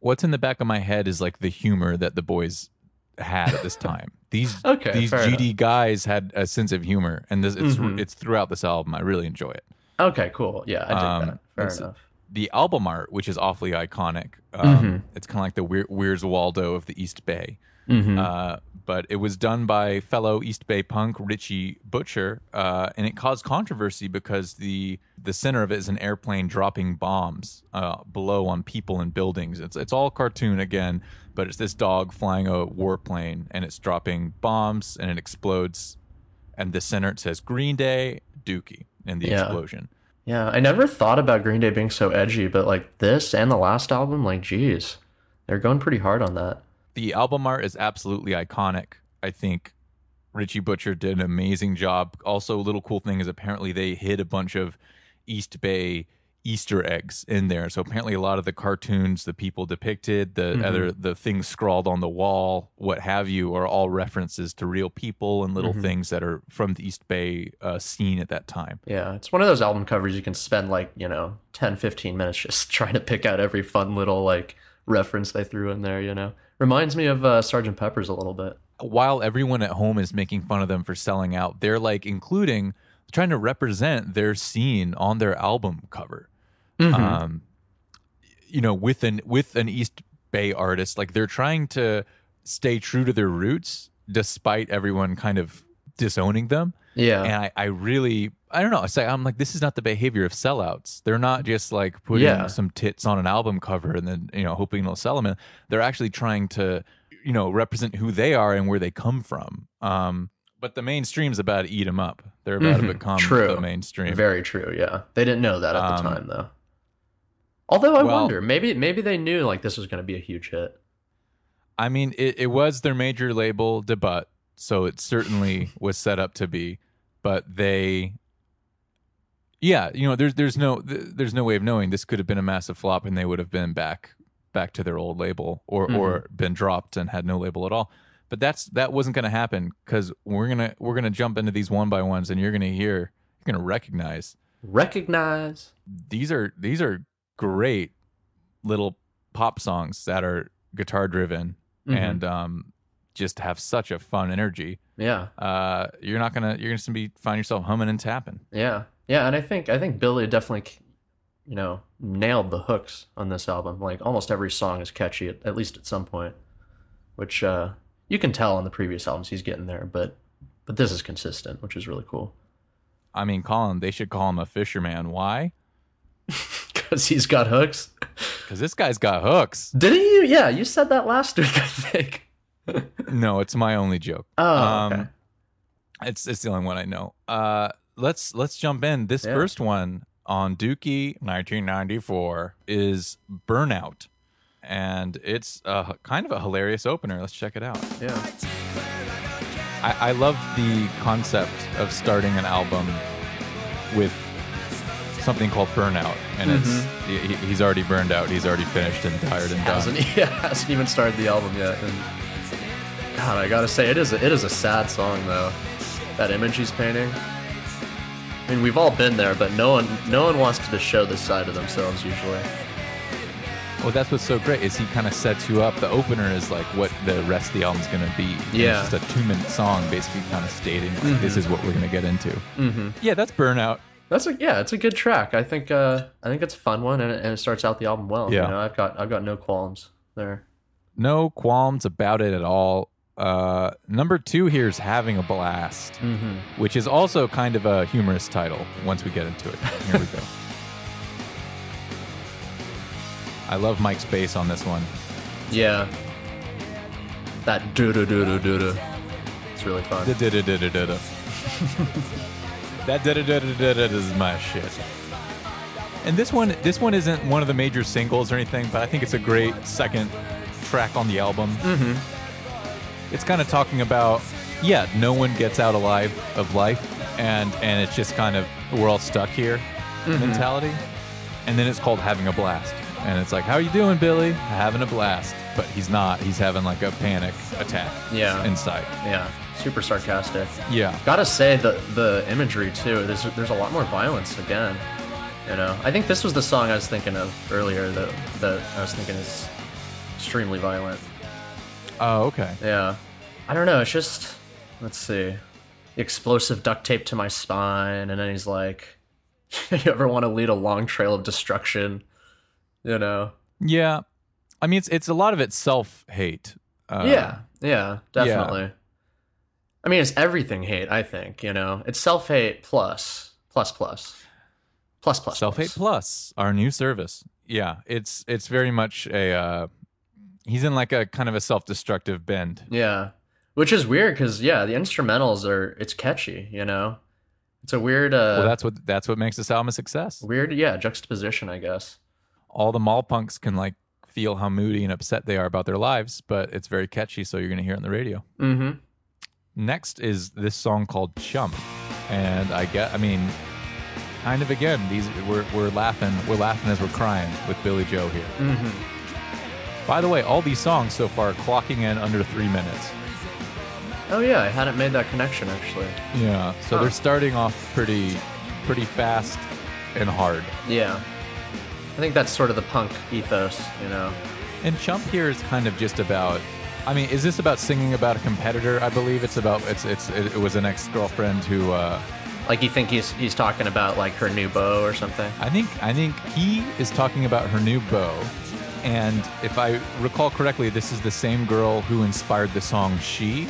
Speaker 1: What's in the back of my head is like the humor that the boys had at this time. These
Speaker 2: Okay,
Speaker 1: these
Speaker 2: fair
Speaker 1: GD guys had a sense of humor, and this it's
Speaker 2: Mhm.
Speaker 1: it's throughout this album. I really enjoy it.
Speaker 2: Okay, cool. Yeah, I dig
Speaker 1: Um,
Speaker 2: that. Fair
Speaker 1: it's-
Speaker 2: enough.
Speaker 1: the album art, which is awfully iconic. Um,
Speaker 2: Mhm.
Speaker 1: It's kind of like the Weir- Weir's Waldo of the East Bay.
Speaker 2: Mhm.
Speaker 1: Uh, but it was done by fellow East Bay punk Richie Butcher, uh, and it caused controversy because the the center of it is an airplane dropping bombs uh, below on people and buildings. It's it's all cartoon again, but it's this dog flying a warplane and it's dropping bombs and it explodes, and the center it says Green Day Dookie in the
Speaker 2: Yeah.
Speaker 1: explosion.
Speaker 2: yeah, I never thought about Green Day being so edgy, but like this and the last album, like geez, they're going pretty hard on that.
Speaker 1: the album art is absolutely iconic. I think Richie Butcher did an amazing job. Also, a little cool thing is apparently they hid a bunch of East Bay Easter eggs in there. So apparently, a lot of the cartoons, the people depicted, the
Speaker 2: Mhm.
Speaker 1: other the things scrawled on the wall, what have you, are all references to real people and little
Speaker 2: Mhm.
Speaker 1: things that are from the East Bay uh, scene at that time.
Speaker 2: Yeah, it's one of those album covers you can spend like, you know, 10, 15 minutes just trying to pick out every fun little like reference they threw in there, you know. Reminds me of uh, Sgt. Pepper's a little bit.
Speaker 1: while everyone at home is making fun of them for selling out, they're like including trying to represent their scene on their album cover.
Speaker 2: Mhm.
Speaker 1: Um, you know, with an with an East Bay artist, like they're trying to stay true to their roots despite everyone kind of disowning them.
Speaker 2: yeah.
Speaker 1: And I, I really I don't know. I say I'm like this is not the behavior of sellouts. They're not just like putting
Speaker 2: Yeah.
Speaker 1: some tits on an album cover and then you know hoping they'll sell them. And they're actually trying to you know represent who they are and where they come from. Um, but the mainstream's about to eat them up. They're about
Speaker 2: Mhm.
Speaker 1: to become
Speaker 2: True.
Speaker 1: the mainstream.
Speaker 2: Very true. Yeah, they didn't know that at the
Speaker 1: Um,
Speaker 2: time, though. Although I
Speaker 1: well-
Speaker 2: wonder, maybe maybe they knew like this was going to be a huge hit.
Speaker 1: I mean, it, it was their major label debut, so it certainly was set up to be. But they, yeah, you know, there's there's no th- there's no way of knowing this could have been a massive flop, and they would have been back back to their old label, or or been dropped and had no label at all. But that's that wasn't going to happen because we're gonna we're gonna jump into these one by ones, and you're gonna hear you're gonna recognize
Speaker 2: Recognize.
Speaker 1: these are these are great little pop songs that are guitar driven
Speaker 2: Mhm.
Speaker 1: and um, just have such a fun energy.
Speaker 2: Mm-hmm. yeah,
Speaker 1: Uh, you're not gonna you're gonna be find yourself humming and tapping.
Speaker 2: yeah, yeah, and I think I think Billy definitely, you know, nailed the hooks on this album. Like almost every song is catchy at, at least at some point, which uh, you can tell on the previous albums he's getting there, but but this is consistent, which is really cool
Speaker 1: I mean, call him. They should call him a fisherman. Why?
Speaker 2: because he's got hooks.
Speaker 1: Because this guy's got hooks.
Speaker 2: Didn't you? Yeah, you said that last week, I think.
Speaker 1: No, it's my only joke.
Speaker 2: Oh,
Speaker 1: Um,
Speaker 2: okay.
Speaker 1: It's it's the only one I know. Uh, let's let's jump in. This
Speaker 2: Yeah.
Speaker 1: first one on Dookie 1994 is Burnout, and it's uh, kind of a hilarious opener. Let's check it out.
Speaker 2: yeah.
Speaker 1: I, I love the concept of starting an album with something called burnout, and it's he- he, he's already burned out. He's already finished and tired and done.
Speaker 2: hasn't, yeah, hasn't even started the album yet. And God, I gotta say, it is a, it is a sad song though. That image he's painting. I mean, we've all been there, but no one no one wants to show this side of themselves usually.
Speaker 1: Well, that's what's so great is he kind of sets you up. The opener is like what the rest of the album's gonna be. And
Speaker 2: Yeah.
Speaker 1: it's just a two-minute song, basically kind of stating like, this is what we're gonna get into. Mm-hmm. Yeah, that's burnout.
Speaker 2: That's a yeah, it's a good track. I think uh, I think it's a fun one, and it, and it starts out the album well.
Speaker 1: Yeah.
Speaker 2: you know, I've got I've got no qualms there.
Speaker 1: No qualms about it at all. Uh, number two here is having a blast,
Speaker 2: Mm-hmm.
Speaker 1: which is also kind of a humorous title. Once we get into it, here we go. I love Mike's bass on this one.
Speaker 2: Yeah, that doo doo doo doo doo doo. It's really fun.
Speaker 1: The da-da-da-da-da-da. That da-da-da-da-da-da is my shit. And this one, this one isn't one of the major singles or anything, but I think it's a great second track on the album. Mm-hmm. It's kind of talking about, yeah, no one gets out alive of life, and and it's just kind of we're all stuck here mentality. And then it's called having a blast, and it's like, how you doing, Billy? Having a blast, but he's not. He's having like a panic attack
Speaker 2: Yeah.
Speaker 1: inside.
Speaker 2: Yeah, super sarcastic.
Speaker 1: Yeah.
Speaker 2: Gotta say the the imagery too. There's there's a lot more violence again. You know, I think this was the song I was thinking of earlier that that I was thinking is extremely violent.
Speaker 1: Oh, okay.
Speaker 2: Yeah, I don't know. It's just let's see, explosive duct tape to my spine, and then he's like, "You ever want to lead a long trail of destruction?" You know.
Speaker 1: Yeah, I mean, it's it's a lot of it's self hate. Uh,
Speaker 2: yeah, yeah, definitely. I mean, it's everything hate. I think you know, it's self hate plus plus plus plus plus
Speaker 1: self hate plus our new service. Yeah, it's it's very much a uh, he's in like a kind of a self destructive bend.
Speaker 2: Yeah, which is weird because yeah, the instrumentals are it's catchy. You know, it's a weird, uh,
Speaker 1: Well, that's what that's what makes this album a success.
Speaker 2: weird, yeah, juxtaposition, I guess.
Speaker 1: All the mall punks can like feel how moody and upset they are about their lives, but it's very catchy, so you're gonna hear it on the radio.
Speaker 2: Mm-hmm.
Speaker 1: Next is this song called Chump, and I get I mean. Kind of again, these we're, we're laughing, we're laughing as we're crying with Billy Joe here.
Speaker 2: Mm-hmm.
Speaker 1: By the way, all these songs so far are clocking in under three minutes.
Speaker 2: Oh yeah, I hadn't made that connection actually.
Speaker 1: Yeah. So
Speaker 2: Huh.
Speaker 1: they're starting off pretty, pretty fast and hard.
Speaker 2: Yeah, I think that's sort of the punk ethos. You know.
Speaker 1: And Chump here is kind of just about. I mean, is this about singing about a competitor? I believe it's about it's it's it, it was an ex girlfriend who. Uh,
Speaker 2: Like you think he's he's talking about like her new beau or something.
Speaker 1: I think I think he is talking about her new beau, and if I recall correctly, this is the same girl who inspired the song "She."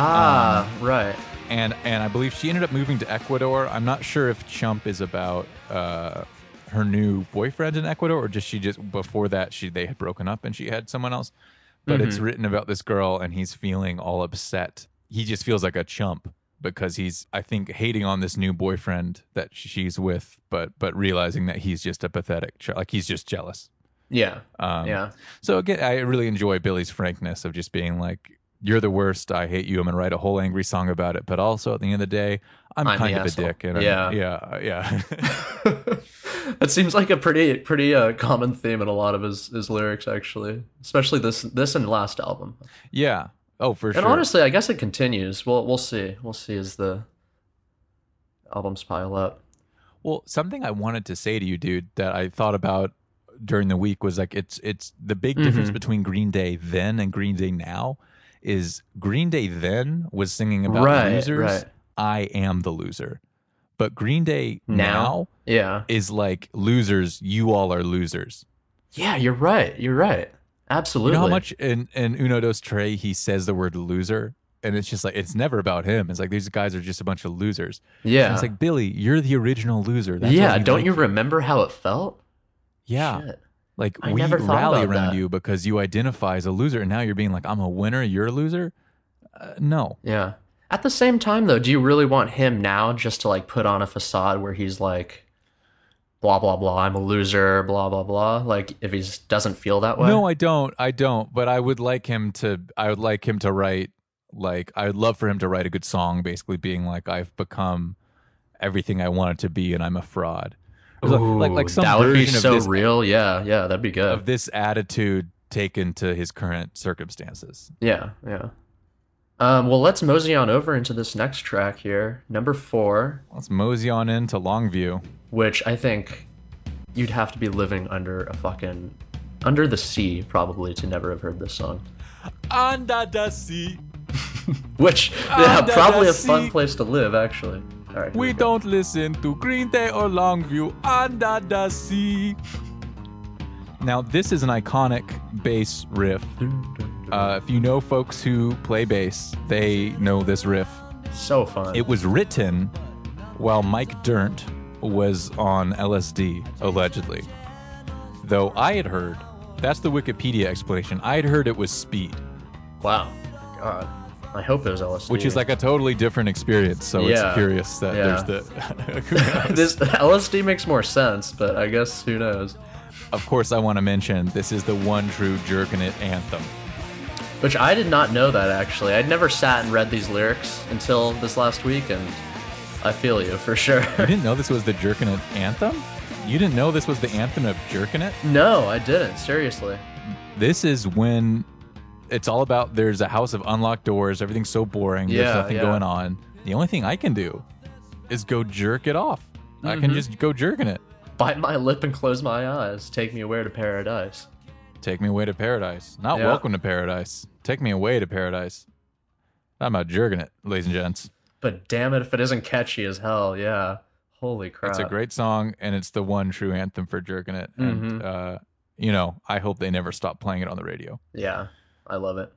Speaker 2: Ah,
Speaker 1: um,
Speaker 2: right.
Speaker 1: and and I believe she ended up moving to Ecuador. I'm not sure if Chump is about uh, her new boyfriend in Ecuador or just she just before that she they had broken up and she had someone else. But it's written about this girl and he's feeling all upset. He just feels like a chump because he's I think hating on this new boyfriend that she's with, but but realizing that he's just a pathetic ch- like he's just jealous.
Speaker 2: Yeah.
Speaker 1: Um,
Speaker 2: yeah.
Speaker 1: so again, I really enjoy Billy's frankness of just being like, "You're the worst. I hate you. I'm gonna write a whole angry song about it." But also, at the end of the day, I'm,
Speaker 2: I'm
Speaker 1: kind
Speaker 2: the
Speaker 1: of
Speaker 2: asshole.
Speaker 1: a dick. And I'm-
Speaker 2: Yeah.
Speaker 1: yeah, yeah.
Speaker 2: that seems like a pretty pretty uh, common theme in a lot of his, his lyrics actually, especially this this and last album.
Speaker 1: yeah. Oh, for
Speaker 2: And
Speaker 1: sure.
Speaker 2: honestly, I guess it continues. We'll we'll see. We'll see as the albums pile up.
Speaker 1: well, something I wanted to say to you, dude, that I thought about during the week was like, it's it's the big difference
Speaker 2: Mhm.
Speaker 1: between Green Day then and Green Day now is Green Day then was singing about
Speaker 2: Right,
Speaker 1: losers.
Speaker 2: right.
Speaker 1: I am the loser, but Green Day
Speaker 2: Now?
Speaker 1: now
Speaker 2: Yeah.
Speaker 1: is like losers. You all are losers.
Speaker 2: Yeah, you're right. You're right. Absolutely.
Speaker 1: You know how much in, in Uno Dos Tre he says the word loser? And it's just like, it's never about him. It's like, these guys are just a bunch of losers. And
Speaker 2: Yeah.
Speaker 1: it's like, Billy, you're the original loser. That's
Speaker 2: yeah,
Speaker 1: why we
Speaker 2: don't
Speaker 1: like
Speaker 2: you remember how it felt?
Speaker 1: Yeah.
Speaker 2: Shit.
Speaker 1: Like,
Speaker 2: I
Speaker 1: we
Speaker 2: never thought
Speaker 1: rally
Speaker 2: about
Speaker 1: around
Speaker 2: that.
Speaker 1: you because you identify as a loser. And now you're being like, I'm a winner, you're a loser? Uh, no.
Speaker 2: Yeah. At the same time, though, do you really want him now just to like put on a facade where he's like, blah blah blah, I'm a loser, blah blah blah? Like, if he doesn't feel that way.
Speaker 1: No, I don't. I don't. But I would like him to, I would like him to write, like, I would love for him to write a good song, basically being like, I've become everything I wanted to be and I'm a fraud. It was like- like like
Speaker 2: Ooh,
Speaker 1: some
Speaker 2: that would be
Speaker 1: version of
Speaker 2: so
Speaker 1: this
Speaker 2: real. Yeah, yeah, that'd be good.
Speaker 1: of this attitude taken to his current circumstances.
Speaker 2: Yeah, yeah. Um, well, let's mosey on over into this next track here, number four,
Speaker 1: Let's mosey on into Longview.
Speaker 2: which I think you'd have to be living under a fucking under the sea probably to never have heard this song.
Speaker 1: Under the sea,
Speaker 2: Which yeah,
Speaker 1: Under
Speaker 2: probably
Speaker 1: the
Speaker 2: a fun
Speaker 1: sea.
Speaker 2: place to live actually. All right, here
Speaker 1: we
Speaker 2: go.
Speaker 1: don't listen to Green Day or Longview. Under the sea. Now this is an iconic bass riff. Uh, if you know folks who play bass, they know this riff.
Speaker 2: so fun.
Speaker 1: It was written while Mike Dirnt was on LSD, allegedly. Though I had heard, that's the Wikipedia explanation, I had heard it was speed,
Speaker 2: wow. God, I hope it was LSD.
Speaker 1: which is like a totally different experience. So
Speaker 2: Yeah.
Speaker 1: it's curious that
Speaker 2: Yeah.
Speaker 1: there's the. who knows?
Speaker 2: this LSD makes more sense, but I guess who knows.
Speaker 1: of course, I want to mention this is the one true jerkin' it anthem.
Speaker 2: Which I did not know that actually. I'd never sat and read these lyrics until this last week, and I feel you for sure.
Speaker 1: You didn't know this was the jerkin' it anthem? You didn't know this was the anthem of jerkin' it?
Speaker 2: no, I didn't. Seriously.
Speaker 1: this is when it's all about there's a house of unlocked doors everything's so boring there's
Speaker 2: Yeah,
Speaker 1: nothing
Speaker 2: yeah.
Speaker 1: going on the only thing i can do is go jerk it off i
Speaker 2: Mm-hmm.
Speaker 1: can just go jerking it
Speaker 2: Bite my lip and close my eyes. Take me away to paradise.
Speaker 1: take me away to paradise not
Speaker 2: Yeah.
Speaker 1: welcome to paradise take me away to paradise i'm about jerking it ladies and gents
Speaker 2: But damn it, if it isn't catchy as hell, yeah. Holy crap.
Speaker 1: it's a great song and it's the one true anthem for jerking it
Speaker 2: Mm-hmm.
Speaker 1: and uh, you know i hope they never stop playing it on the radio
Speaker 2: Yeah, I love it.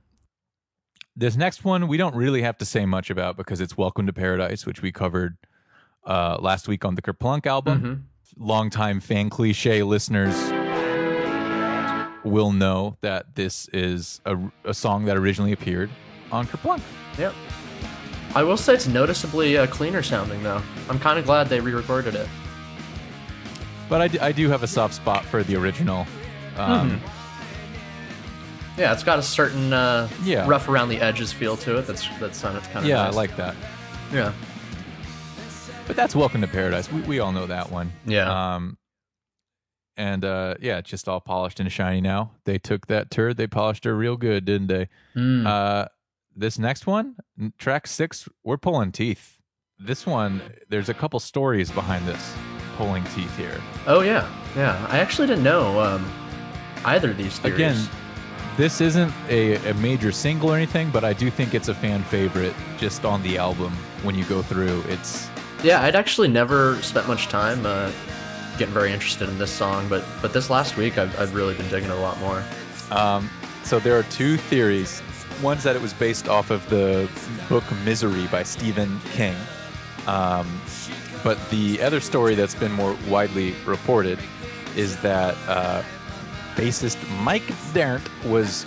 Speaker 1: this next one we don't really have to say much about because it's welcome to paradise which we covered uh, last week on the kerplunk album longtime fan cliche listeners will know that this is a, a song that originally appeared on kerplunk
Speaker 2: Yep. I will say it's noticeably uh, cleaner sounding though. I'm kind of glad they re-recorded it.
Speaker 1: but I d- I do have a soft spot for the original um,
Speaker 2: Yeah, it's got a certain uh,
Speaker 1: Yeah.
Speaker 2: rough around the edges feel to it. That's that sounded kind of
Speaker 1: yeah i
Speaker 2: Mm-hmm. nice.
Speaker 1: like that
Speaker 2: yeah.
Speaker 1: but that's welcome to paradise we, we all know that one
Speaker 2: Yeah.
Speaker 1: um, and uh, yeah it's just all polished and shiny now they took that turd they polished her real good didn't they
Speaker 2: Mm.
Speaker 1: Uh, this next one, n- track six, we're pulling teeth. This one, there's a couple stories behind this pulling teeth here.
Speaker 2: Oh yeah, yeah. I actually didn't know um, either of these theories.
Speaker 1: Again, this isn't a, a major single or anything, but I do think it's a fan favorite just on the album when you go through. It's
Speaker 2: yeah, I'd actually never spent much time uh, getting very interested in this song, but but this last week I've, I've really been digging it a lot more.
Speaker 1: Um, so there are two theories. One's that it was based off of the book Misery by Stephen King. Um, but the other story that's been more widely reported is that uh, bassist Mike Dernt was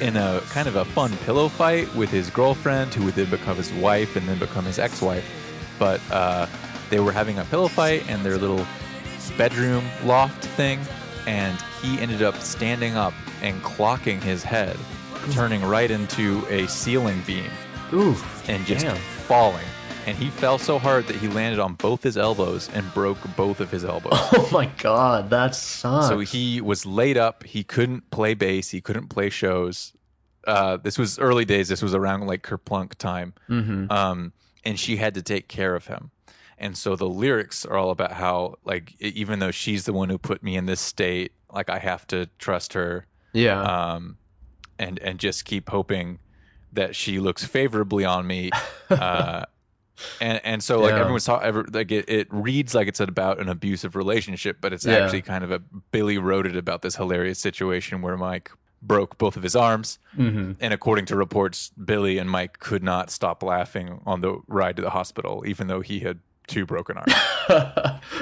Speaker 1: in a kind of a fun pillow fight with his girlfriend, who would then become his wife and then become his ex-wife. But uh, they were having a pillow fight in their little bedroom loft thing, and he ended up standing up and clocking his head, turning right into a ceiling beam
Speaker 2: Ooh,
Speaker 1: and just
Speaker 2: damn.
Speaker 1: falling. And he fell so hard that he landed on both his elbows and broke both of his elbows.
Speaker 2: Oh my god, that sucks.
Speaker 1: So he was laid up. He couldn't play bass. He couldn't play shows. Uh, this was early days. This was around like Kerplunk time.
Speaker 2: Mm-hmm.
Speaker 1: Um, and she had to take care of him. And so the lyrics are all about how, like, e- even though she's the one who put me in this state, like, I have to trust her
Speaker 2: yeah.
Speaker 1: um, and and just keep hoping that she looks favorably on me. Uh, and and so like
Speaker 2: Yeah.
Speaker 1: everyone's talk, ever, like it, it reads like it's about an abusive relationship, but it's
Speaker 2: Yeah.
Speaker 1: actually kind of a Billy wrote it about this hilarious situation where Mike broke both of his arms,
Speaker 2: Mhm.
Speaker 1: and according to reports, Billy and Mike could not stop laughing on the ride to the hospital, even though he had two broken arms.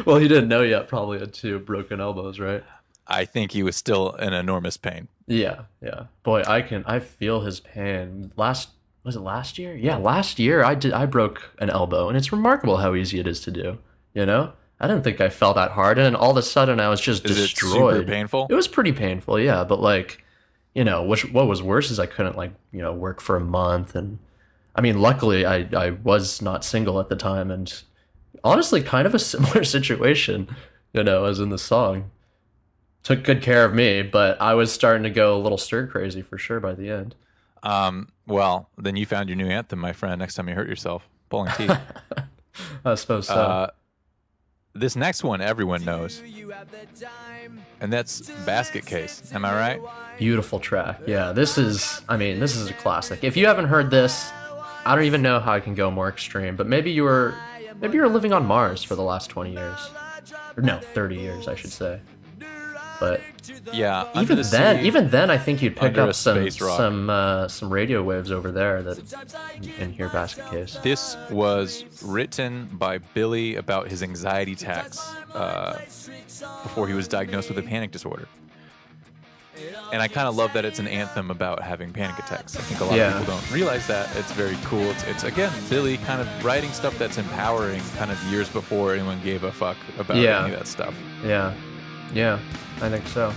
Speaker 2: well, he didn't know yet. Probably had two broken elbows, right?
Speaker 1: I think he was still in enormous pain.
Speaker 2: Yeah, yeah. Boy, I can I feel his pain. Last was it last year? Yeah, last year I did I broke an elbow and it's remarkable how easy it is to do, you know? I didn't think I fell that hard and then all of a sudden I was just
Speaker 1: Is it super
Speaker 2: destroyed.
Speaker 1: painful?
Speaker 2: It was pretty painful, yeah, but like, you know, which what was worse is I couldn't like, you know, work for a month and I mean, luckily I I was not single at the time and honestly kind of a similar situation you know, as in the song. Took good care of me, but I was starting to go a little stir crazy for sure by the end.
Speaker 1: Um, well, then you found your new anthem, my friend. Next time you hurt yourself, pulling teeth.
Speaker 2: I suppose so.
Speaker 1: uh, this next one everyone knows, and that's Basket Case. Am I right?
Speaker 2: Beautiful track. Yeah, this is, I mean, this is a classic. If you haven't heard this, I don't even know how I can go more extreme, but maybe you were, maybe you were living on Mars for the last 20 years. Or no, 30 years, I should say. But
Speaker 1: Yeah. Under
Speaker 2: even
Speaker 1: the
Speaker 2: then,
Speaker 1: sea.
Speaker 2: even then, I think you'd pick
Speaker 1: Under a
Speaker 2: up some
Speaker 1: space rock.
Speaker 2: some uh, some radio waves over there that in your basket case.
Speaker 1: This was written by Billy about his anxiety attacks uh, before he was diagnosed with a panic disorder. And I kind of love that it's an anthem about having panic attacks. I think a lot
Speaker 2: Yeah.
Speaker 1: of people don't realize that. It's very cool. It's, it's again Billy kind of writing stuff that's empowering, kind of years before anyone gave a fuck about
Speaker 2: Yeah.
Speaker 1: any of that stuff.
Speaker 2: Yeah, yeah, I think so.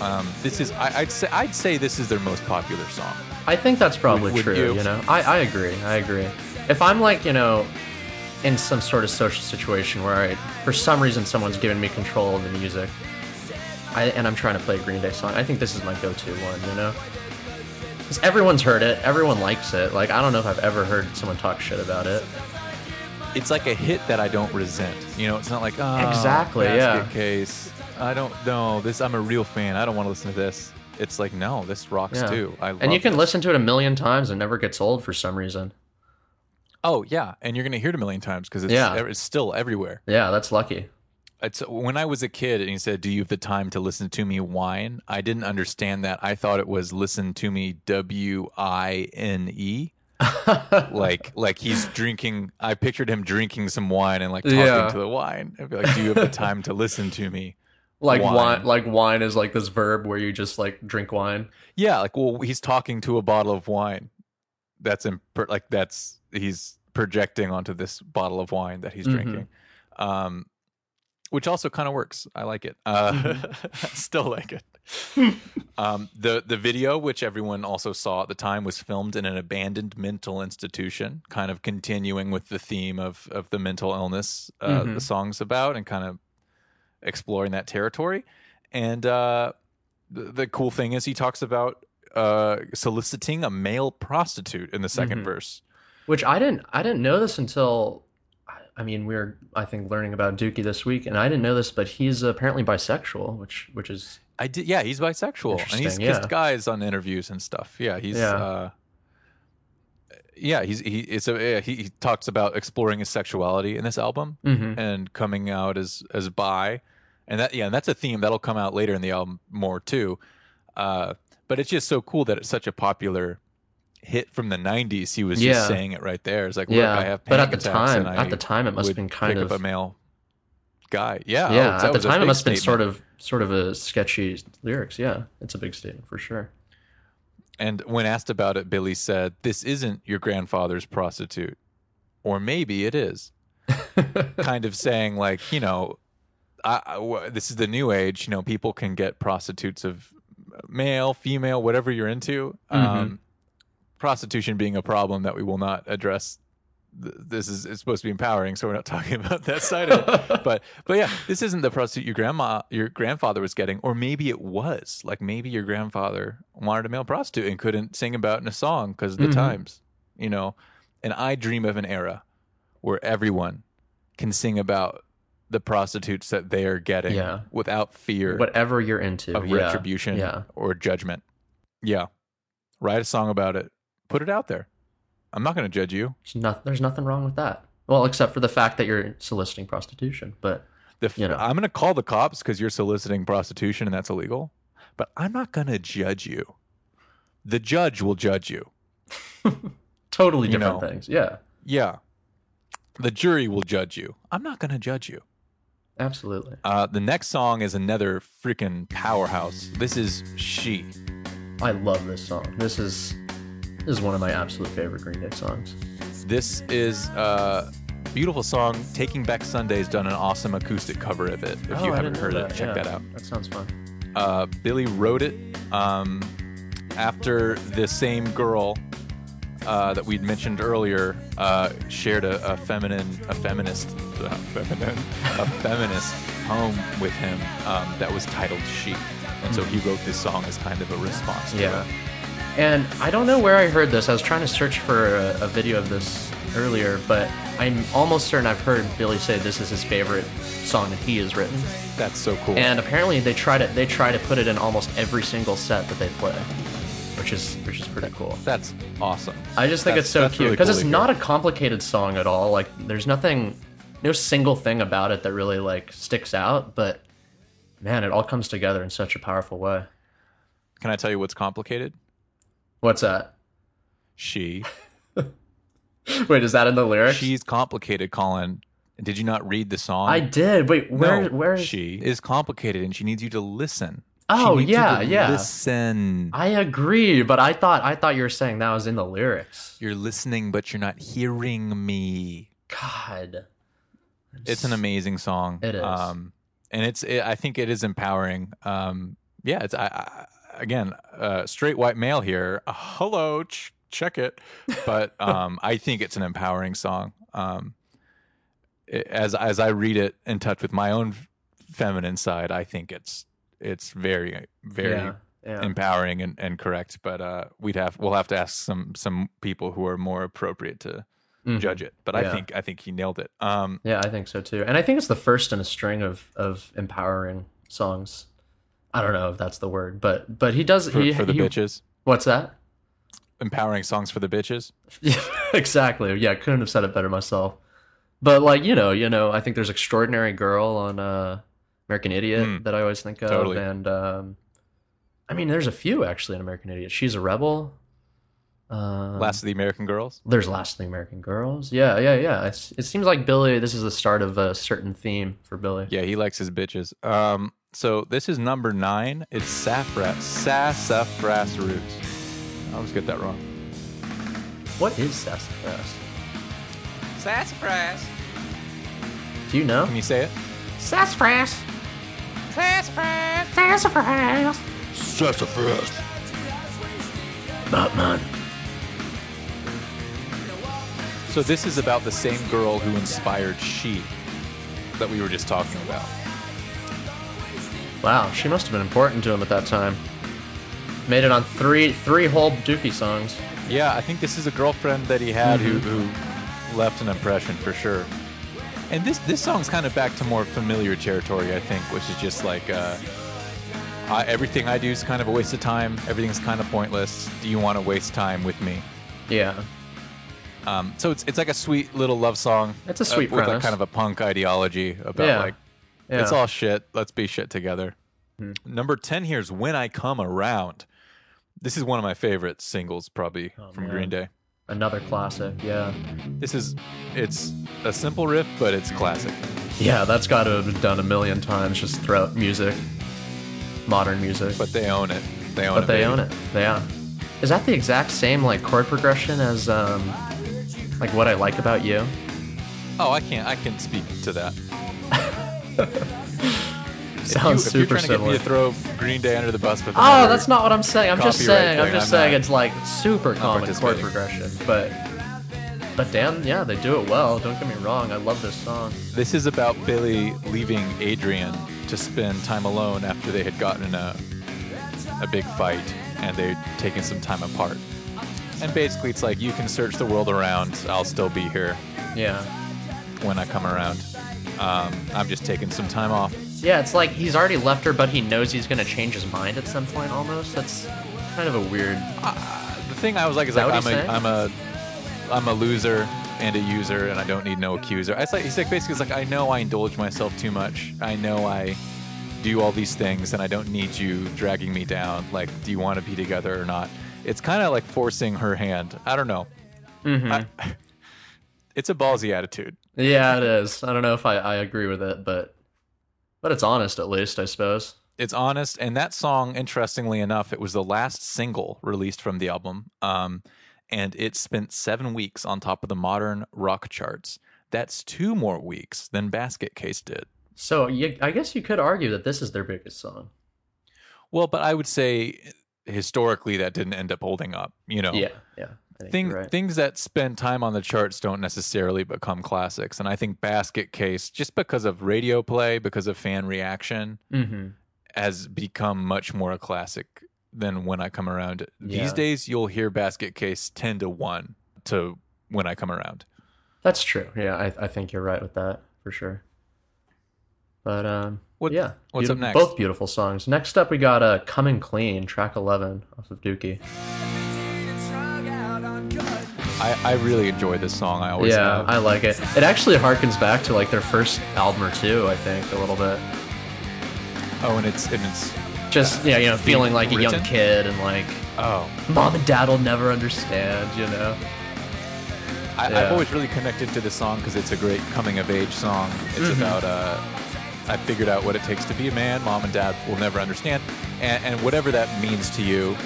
Speaker 1: Um, this is I, I'd say I'd say this is their most popular song.
Speaker 2: I think that's probably
Speaker 1: Would- would
Speaker 2: true.
Speaker 1: you?
Speaker 2: You? know, I, I agree. I agree. If I'm like, you know, in some sort of social situation where I, for some reason, someone's giving me control of the music, I, and I'm trying to play a Green Day song, I think this is my go-to one. You know, because everyone's heard it, everyone likes it. Like, I don't know if I've ever heard someone talk shit about it.
Speaker 1: it's like a hit that I don't resent. You know, it's not like oh,
Speaker 2: Exactly,
Speaker 1: basket
Speaker 2: yeah.
Speaker 1: Case. I don't know this. I'm a real fan. I don't want to listen to this. It's like no, this rocks
Speaker 2: Yeah.
Speaker 1: too. I love
Speaker 2: and you can
Speaker 1: this.
Speaker 2: listen to it a million times and never gets old for some reason.
Speaker 1: Oh yeah, and you're gonna hear it a million times because it's
Speaker 2: Yeah.
Speaker 1: it's still everywhere.
Speaker 2: Yeah, that's lucky.
Speaker 1: It's when I was a kid and he said, "Do you have the time to listen to me whine?" I didn't understand that. I thought it was listen to me W I N E. like like he's drinking I pictured him drinking some wine and like talking
Speaker 2: Yeah.
Speaker 1: to the wine. I'd be like, "Do you have the time to listen to me?"
Speaker 2: like
Speaker 1: Wine.
Speaker 2: wine. like wine is like this verb where you just like drink wine.
Speaker 1: Yeah, like well, he's talking to a bottle of wine. That's imp- like that's he's projecting onto this bottle of wine that he's
Speaker 2: Mhm.
Speaker 1: drinking, um, which also kind of works. I like it. Uh, I still like it. um, the the video, which everyone also saw at the time, was filmed in an abandoned mental institution, kind of continuing with the theme of of the mental illness uh,
Speaker 2: Mhm.
Speaker 1: the song's about, and kind of exploring that territory. And uh, the, the cool thing is, he talks about uh, soliciting a male prostitute in the 2nd
Speaker 2: Mhm.
Speaker 1: verse.
Speaker 2: Which I didn't I didn't know this until I- I mean we were I think learning about Dookie this week and I didn't know this but he's apparently bisexual which which is
Speaker 1: I did, yeah, he's bisexual and he's
Speaker 2: Interesting,
Speaker 1: kissed
Speaker 2: yeah.
Speaker 1: guys on interviews and stuff. Yeah, he's,
Speaker 2: Yeah.
Speaker 1: uh, yeah, he's he. It's a yeah, he, he talks about exploring his sexuality in this album
Speaker 2: Mhm.
Speaker 1: and coming out as as bi, and that yeah, and that's a theme that'll come out later in the album more too. Uh, but it's just so cool that it's such a popular hit from the '90s. He was
Speaker 2: Yeah.
Speaker 1: just saying it right there. It's like,
Speaker 2: yeah
Speaker 1: look, I have
Speaker 2: but at the
Speaker 1: panic attacks
Speaker 2: time
Speaker 1: and I
Speaker 2: at the time it must
Speaker 1: would
Speaker 2: have been kind
Speaker 1: pick
Speaker 2: of
Speaker 1: up a male guy. Yeah, oh,
Speaker 2: yeah
Speaker 1: that
Speaker 2: at the
Speaker 1: was a
Speaker 2: time it
Speaker 1: big
Speaker 2: must have been
Speaker 1: statement.
Speaker 2: sort of sort of a sketchy lyrics yeah it's a big statement for sure
Speaker 1: And when asked about it, Billy said, This isn't your grandfather's prostitute. Or maybe it is. kind of saying, like, you know, I, I- w- this is the new age. You know, people can get prostitutes of male, female, whatever you're into. Um, prostitution being a problem that we will not address. Th- This is it's supposed to be empowering, so we're not talking about that side of it. But but yeah, this isn't the prostitute your grandma your grandfather was getting, or maybe it was. Like maybe your grandfather wanted a male prostitute and couldn't sing about it in a song because of the
Speaker 2: Mhm.
Speaker 1: times, you know. And I dream of an era where everyone can sing about the prostitutes that they are getting
Speaker 2: Yeah.
Speaker 1: without fear
Speaker 2: whatever you're into
Speaker 1: of
Speaker 2: yeah,
Speaker 1: retribution
Speaker 2: yeah
Speaker 1: or judgment. Yeah. Write a song about it. Put it out there. I'm not going to judge you.
Speaker 2: There's, not, there's nothing wrong with that. Well, except for the fact that you're soliciting prostitution. But
Speaker 1: The f-
Speaker 2: You know.
Speaker 1: I'm going to call the cops because you're soliciting prostitution and that's illegal. But I'm not going to judge you. The judge will judge you.
Speaker 2: totally
Speaker 1: You
Speaker 2: different
Speaker 1: know.
Speaker 2: things. Yeah,
Speaker 1: Yeah. The jury will judge you. I'm not going to judge you.
Speaker 2: absolutely.
Speaker 1: Uh, the next song is another freaking powerhouse. This is She.
Speaker 2: I love this song. This is this is one of my absolute favorite Green Day songs.
Speaker 1: This is a beautiful song. Taking Back Sunday's done an awesome acoustic cover of it. If
Speaker 2: Oh,
Speaker 1: you
Speaker 2: I
Speaker 1: haven't
Speaker 2: didn't know
Speaker 1: heard it,
Speaker 2: that.
Speaker 1: check
Speaker 2: Yeah,
Speaker 1: that out.
Speaker 2: That sounds fun.
Speaker 1: uh, Billy wrote it um, after the same girl uh, that we'd mentioned earlier uh, shared a, a feminine, a feminist, a feminine, a feminist poem with him um, that was titled She. And so he wrote this song as kind of a response to
Speaker 2: Yeah.
Speaker 1: it.
Speaker 2: And I don't know where I heard this. I was trying to search for a, a video of this earlier, but I'm almost certain I've heard Billy say this is his favorite song that he has written.
Speaker 1: That's so cool.
Speaker 2: And apparently they try to they try to put it in almost every single set that they play, which is which is pretty cool.
Speaker 1: that's awesome.
Speaker 2: I just think
Speaker 1: That's-
Speaker 2: it's so
Speaker 1: that's
Speaker 2: cute
Speaker 1: really
Speaker 2: because
Speaker 1: cool
Speaker 2: it's
Speaker 1: to
Speaker 2: not
Speaker 1: hear.
Speaker 2: a complicated song at all. Like there's nothing, no single thing about it that really like sticks out. But man, it all comes together in such a powerful way.
Speaker 1: Can I tell you what's complicated?
Speaker 2: What's that?
Speaker 1: She.
Speaker 2: Wait, is that in the lyrics?
Speaker 1: She's complicated, Colin. Did you not read the song?
Speaker 2: I did. Wait,
Speaker 1: No,
Speaker 2: where? where is
Speaker 1: she is complicated and she needs you to listen. She
Speaker 2: Oh,
Speaker 1: needs you
Speaker 2: yeah,
Speaker 1: to
Speaker 2: yeah.
Speaker 1: Listen.
Speaker 2: I agree, but I thought I thought you were saying that was in the lyrics.
Speaker 1: You're listening, but you're not hearing me.
Speaker 2: God,
Speaker 1: It's an amazing song.
Speaker 2: It is.
Speaker 1: um, and it's. It, I think it is empowering. Um, yeah, it's. I, I again, uh, straight white male here. Uh, Hello, ch- check it. But um, I think it's an empowering song. Um, it- as as I read it, in touch with my own f- feminine side, I think it's it's very very
Speaker 2: yeah, yeah.
Speaker 1: empowering and, and correct. But uh, we'd have we'll have to ask some some people who are more appropriate to
Speaker 2: Mhm.
Speaker 1: judge it. But I
Speaker 2: Yeah.
Speaker 1: think I think he nailed it. Um,
Speaker 2: Yeah, I think so too. And I think it's the first in a string of of empowering songs. I don't know if that's the word, but but he does
Speaker 1: for,
Speaker 2: he,
Speaker 1: for the
Speaker 2: he-
Speaker 1: bitches,
Speaker 2: What's that?
Speaker 1: empowering songs for the bitches.
Speaker 2: exactly. Yeah, I couldn't have said it better myself. But like, you know, you know, I think there's extraordinary girl on uh American Idiot
Speaker 1: Mm.
Speaker 2: that I always think of
Speaker 1: Totally.
Speaker 2: and um I mean, there's a few actually in American Idiot. She's a rebel. Um,
Speaker 1: Last of the American Girls.
Speaker 2: there's last of the American Girls. Yeah, yeah, yeah. It's, it seems like Billy. This is the start of a certain theme for Billy.
Speaker 1: Yeah, he likes his bitches. Um, so this is number nine. It's saffras sassafras roots. I always get that wrong.
Speaker 2: What is sassafras?
Speaker 1: Sassafras.
Speaker 2: Do you know?
Speaker 1: Can you say it?
Speaker 2: Sassafras.
Speaker 1: Sassafras.
Speaker 2: Sassafras.
Speaker 1: Sassafras.
Speaker 2: Batman.
Speaker 1: So this is about the same girl who inspired she that we were just talking about.
Speaker 2: Wow, she must have been important to him at that time. Made it on three three whole Dookie songs.
Speaker 1: Yeah, I think this is a girlfriend that he had who,
Speaker 2: Mm-hmm.
Speaker 1: who left an impression for sure. And this this song's kind of back to more familiar territory, I think, which is just like uh, I, everything I do is kind of a waste of time. Everything's kind of pointless. Do you want to waste time with me?
Speaker 2: Yeah.
Speaker 1: Um, so it's it's like a sweet little love song.
Speaker 2: It's a sweet
Speaker 1: uh, with like
Speaker 2: premise.
Speaker 1: kind of a punk ideology about
Speaker 2: Yeah.
Speaker 1: like
Speaker 2: yeah. Mm-hmm.
Speaker 1: it's all shit. Let's be shit together. Number 10 here is When I Come Around. This is one of my favorite singles, probably,
Speaker 2: Oh,
Speaker 1: from
Speaker 2: man.
Speaker 1: Green Day.
Speaker 2: another classic. Yeah.
Speaker 1: This is, it's a simple riff, but it's classic.
Speaker 2: Yeah, that's got to have been done a million times just throughout music, modern music.
Speaker 1: But they own it. They own it.
Speaker 2: But they
Speaker 1: baby.
Speaker 2: own it. Yeah. Is that the exact same like chord progression as um like what I like about you?
Speaker 1: Oh, I can't. I can speak to that.
Speaker 2: Sounds
Speaker 1: if you,
Speaker 2: super
Speaker 1: if you're trying
Speaker 2: similar.
Speaker 1: to get me to throw Green Day under the bus with
Speaker 2: Oh,
Speaker 1: another-
Speaker 2: that's not what I'm saying. I'm just
Speaker 1: Copyright
Speaker 2: saying. I'm
Speaker 1: thing,
Speaker 2: just
Speaker 1: I'm
Speaker 2: saying
Speaker 1: not-
Speaker 2: it's like super common chord
Speaker 1: participating.
Speaker 2: progression, but but damn, yeah, they do it well. Don't get me wrong. I love this song.
Speaker 1: This is about Billy leaving Adrian to spend time alone after they had gotten in a, a big fight and they'd taken some time apart. And basically, it's like, you can search the world around, I'll still be here.
Speaker 2: Yeah,
Speaker 1: when I come around. Um, I'm just taking some time off.
Speaker 2: yeah. It's like he's already left her, but he knows he's gonna change his mind at some point. Almost. That's kind of a weird.
Speaker 1: The thing I was like is
Speaker 2: That
Speaker 1: like
Speaker 2: what
Speaker 1: I'm
Speaker 2: he
Speaker 1: a,
Speaker 2: said?
Speaker 1: I'm a I'm a loser and a user, and I don't need no accuser. It's like he's like basically it's like I know I indulge myself too much. I know I do all these things, and I don't need you dragging me down. Like, do you want to be together or not? It's kind of like forcing her hand. I don't know.
Speaker 2: Mm-hmm.
Speaker 1: I- it's a ballsy attitude.
Speaker 2: Yeah, it is. I don't know if I, I agree with it, but but it's honest at least, I suppose.
Speaker 1: it's honest and that song interestingly enough it was the last single released from the album um, and it spent seven weeks on top of the modern rock charts that's two more weeks than basket case did
Speaker 2: So you, I guess you could argue that this is their biggest song.
Speaker 1: well but i would say historically that didn't end up holding up you know
Speaker 2: Yeah, yeah. think
Speaker 1: Thing,
Speaker 2: you're right.
Speaker 1: Things that spend time on the charts don't necessarily become classics. And I think Basket Case, just because of radio play, because of fan reaction,
Speaker 2: mm-hmm.
Speaker 1: has become much more a classic than when I come around. These
Speaker 2: Yeah.
Speaker 1: days, you'll hear Basket Case 10 to 1 to when I come around.
Speaker 2: That's true. Yeah, I, I think you're right with that for sure. But um,
Speaker 1: What-
Speaker 2: yeah,
Speaker 1: what's up
Speaker 2: beauti-
Speaker 1: next?
Speaker 2: Both beautiful songs. Next up, we got uh, "Coming Clean," track eleven off of Dookie.
Speaker 1: I, I really enjoy this song. I always
Speaker 2: yeah,
Speaker 1: have.
Speaker 2: I like it. It actually harkens back to like their first album or two, I think, a little bit.
Speaker 1: oh, and it's, and it's,
Speaker 2: Just yeah, you know, feeling like a
Speaker 1: written?
Speaker 2: young kid and like
Speaker 1: oh,
Speaker 2: mom and dad will never understand, you know.
Speaker 1: I,
Speaker 2: Yeah.
Speaker 1: I've always really connected to this song because it's a great coming of age song. It's
Speaker 2: Mm-hmm.
Speaker 1: about uh, I figured out what it takes to be a man. Mom and dad will never understand, and, and whatever that means to you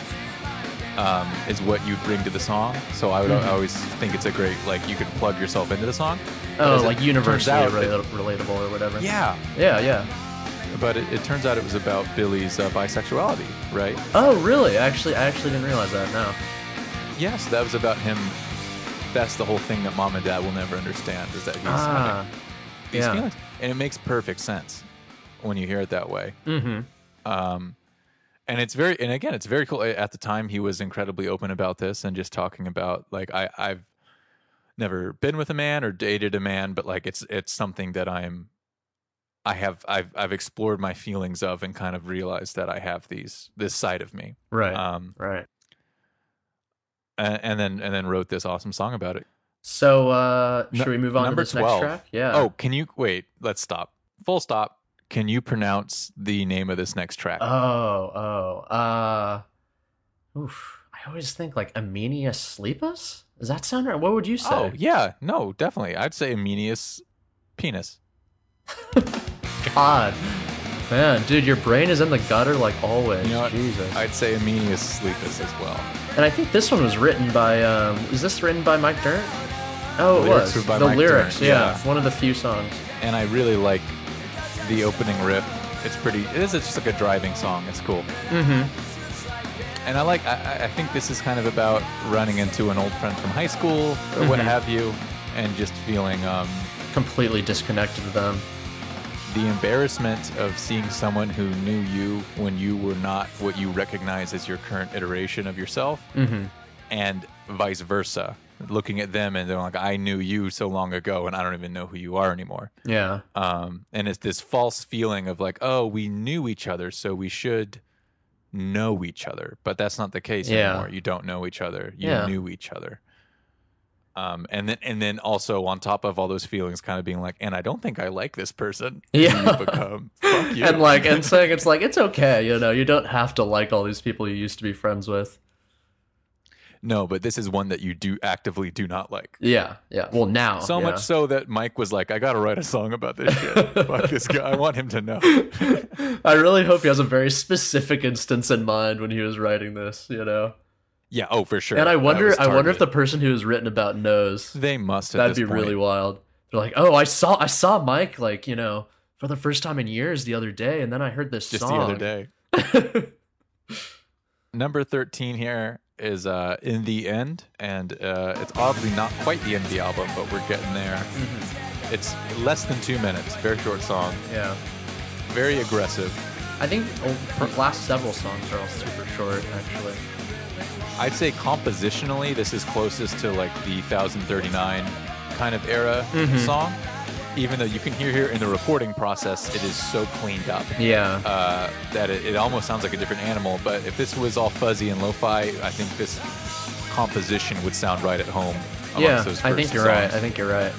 Speaker 1: um, is what you bring to the song. So I would I always think it's a great like you can plug yourself into the song. But
Speaker 2: Mm-hmm. Oh,
Speaker 1: as it
Speaker 2: like
Speaker 1: turns
Speaker 2: universally
Speaker 1: out,
Speaker 2: rela-
Speaker 1: it-
Speaker 2: relatable or whatever.
Speaker 1: yeah,
Speaker 2: yeah, yeah.
Speaker 1: but it, it turns out it was about Billy's uh, bisexuality, right?
Speaker 2: Oh, really? Actually, I actually didn't realize that. No.
Speaker 1: Yeah, so that was about him. That's the whole thing that mom and dad will never understand is that he's having
Speaker 2: Ah,
Speaker 1: these
Speaker 2: Yeah.
Speaker 1: feelings. And it makes perfect sense when you hear it that way.
Speaker 2: mm-hmm.
Speaker 1: Um, and it's very, and again, it's very cool. At the time, he was incredibly open about this and just talking about like I, I've never been with a man or dated a man, but like it's it's something that I'm, I have I've I've explored my feelings of and kind of realized that I have these this side of me.
Speaker 2: Right.
Speaker 1: Um,
Speaker 2: right.
Speaker 1: and, and then and then wrote this awesome song about it.
Speaker 2: So uh
Speaker 1: Nu-
Speaker 2: should we move on to
Speaker 1: number
Speaker 2: this
Speaker 1: 12.
Speaker 2: next track? Yeah.
Speaker 1: Oh, can you wait? Let's stop. Full stop. Can you pronounce the name of this next track?
Speaker 2: Oh, oh. Uh oof. I always think like Amenia Sleepus? Does that sound right? What would you say?
Speaker 1: Oh yeah, no, definitely. I'd say Amenius penis.
Speaker 2: God. Man, dude, your brain is in the gutter like always.
Speaker 1: You know what?
Speaker 2: Jesus.
Speaker 1: I'd say Amenius sleepus as well.
Speaker 2: and I think this one was written by um is this written by Mike Dirt? Oh, it
Speaker 1: Lyrics
Speaker 2: was.
Speaker 1: were by
Speaker 2: the
Speaker 1: Mike
Speaker 2: lyrics,
Speaker 1: Dirnt,
Speaker 2: yeah.
Speaker 1: yeah.
Speaker 2: One of the few songs.
Speaker 1: And I really like the opening riff. It's pretty. It is just like a driving song. It's cool.
Speaker 2: Mm-hmm.
Speaker 1: And I like. I, I- I think this is kind of about running into an old friend from high school or what
Speaker 2: Mhm.
Speaker 1: have you, and just feeling um,
Speaker 2: Completely disconnected to them.
Speaker 1: the embarrassment of seeing someone who knew you when you were not what you recognize as your current iteration of yourself.
Speaker 2: Mm-hmm.
Speaker 1: and vice versa. Looking at them and they're like, I knew you so long ago and I don't even know who you are anymore.
Speaker 2: Yeah.
Speaker 1: Um, and it's this false feeling of like, oh, we knew each other, so we should know each other. But that's not the case
Speaker 2: Yeah.
Speaker 1: anymore. You don't know each other. You
Speaker 2: Yeah.
Speaker 1: knew each other. Um, and then and then also on top of all those feelings, kind of being like, and I don't think I like this person. who
Speaker 2: Yeah.
Speaker 1: You become. Fuck you.
Speaker 2: and like and saying it's like it's okay you know you don't have to like all these people you used to be friends with
Speaker 1: no, but this is one that you do actively do not like.
Speaker 2: yeah yeah well now
Speaker 1: So
Speaker 2: yeah.
Speaker 1: much so that Mike was like, I gotta write a song about this shit. Fuck this guy. I want him to know.
Speaker 2: i really hope he has a very specific instance in mind when he was writing this you know
Speaker 1: Yeah, oh for sure.
Speaker 2: and i
Speaker 1: That
Speaker 2: wonder
Speaker 1: was
Speaker 2: i wonder if the
Speaker 1: targeted.
Speaker 2: person who was written about knows
Speaker 1: they must at
Speaker 2: that'd
Speaker 1: this
Speaker 2: be
Speaker 1: point.
Speaker 2: really wild they're like oh i saw i saw mike like you know for the first time in years the other day and then i heard this
Speaker 1: just the other
Speaker 2: song
Speaker 1: day. Number thirteen here is uh in the end, and uh it's oddly not quite the end of the album, but we're getting there.
Speaker 2: Mhm.
Speaker 1: It's less than two minutes, very short song,
Speaker 2: yeah
Speaker 1: very aggressive.
Speaker 2: i think oh, the last several songs are all super short actually
Speaker 1: I'd say compositionally, this is closest to like the 1039 kind of era
Speaker 2: Mhm.
Speaker 1: song. Even though you can hear here in the recording process, it is so cleaned up
Speaker 2: yeah
Speaker 1: uh, that it, it almost sounds like a different animal. But if this was all fuzzy and lo-fi, I think this composition would sound right at home. amongst
Speaker 2: yeah,
Speaker 1: those
Speaker 2: I think
Speaker 1: first
Speaker 2: you're right. I
Speaker 1: songs.
Speaker 2: think you're right.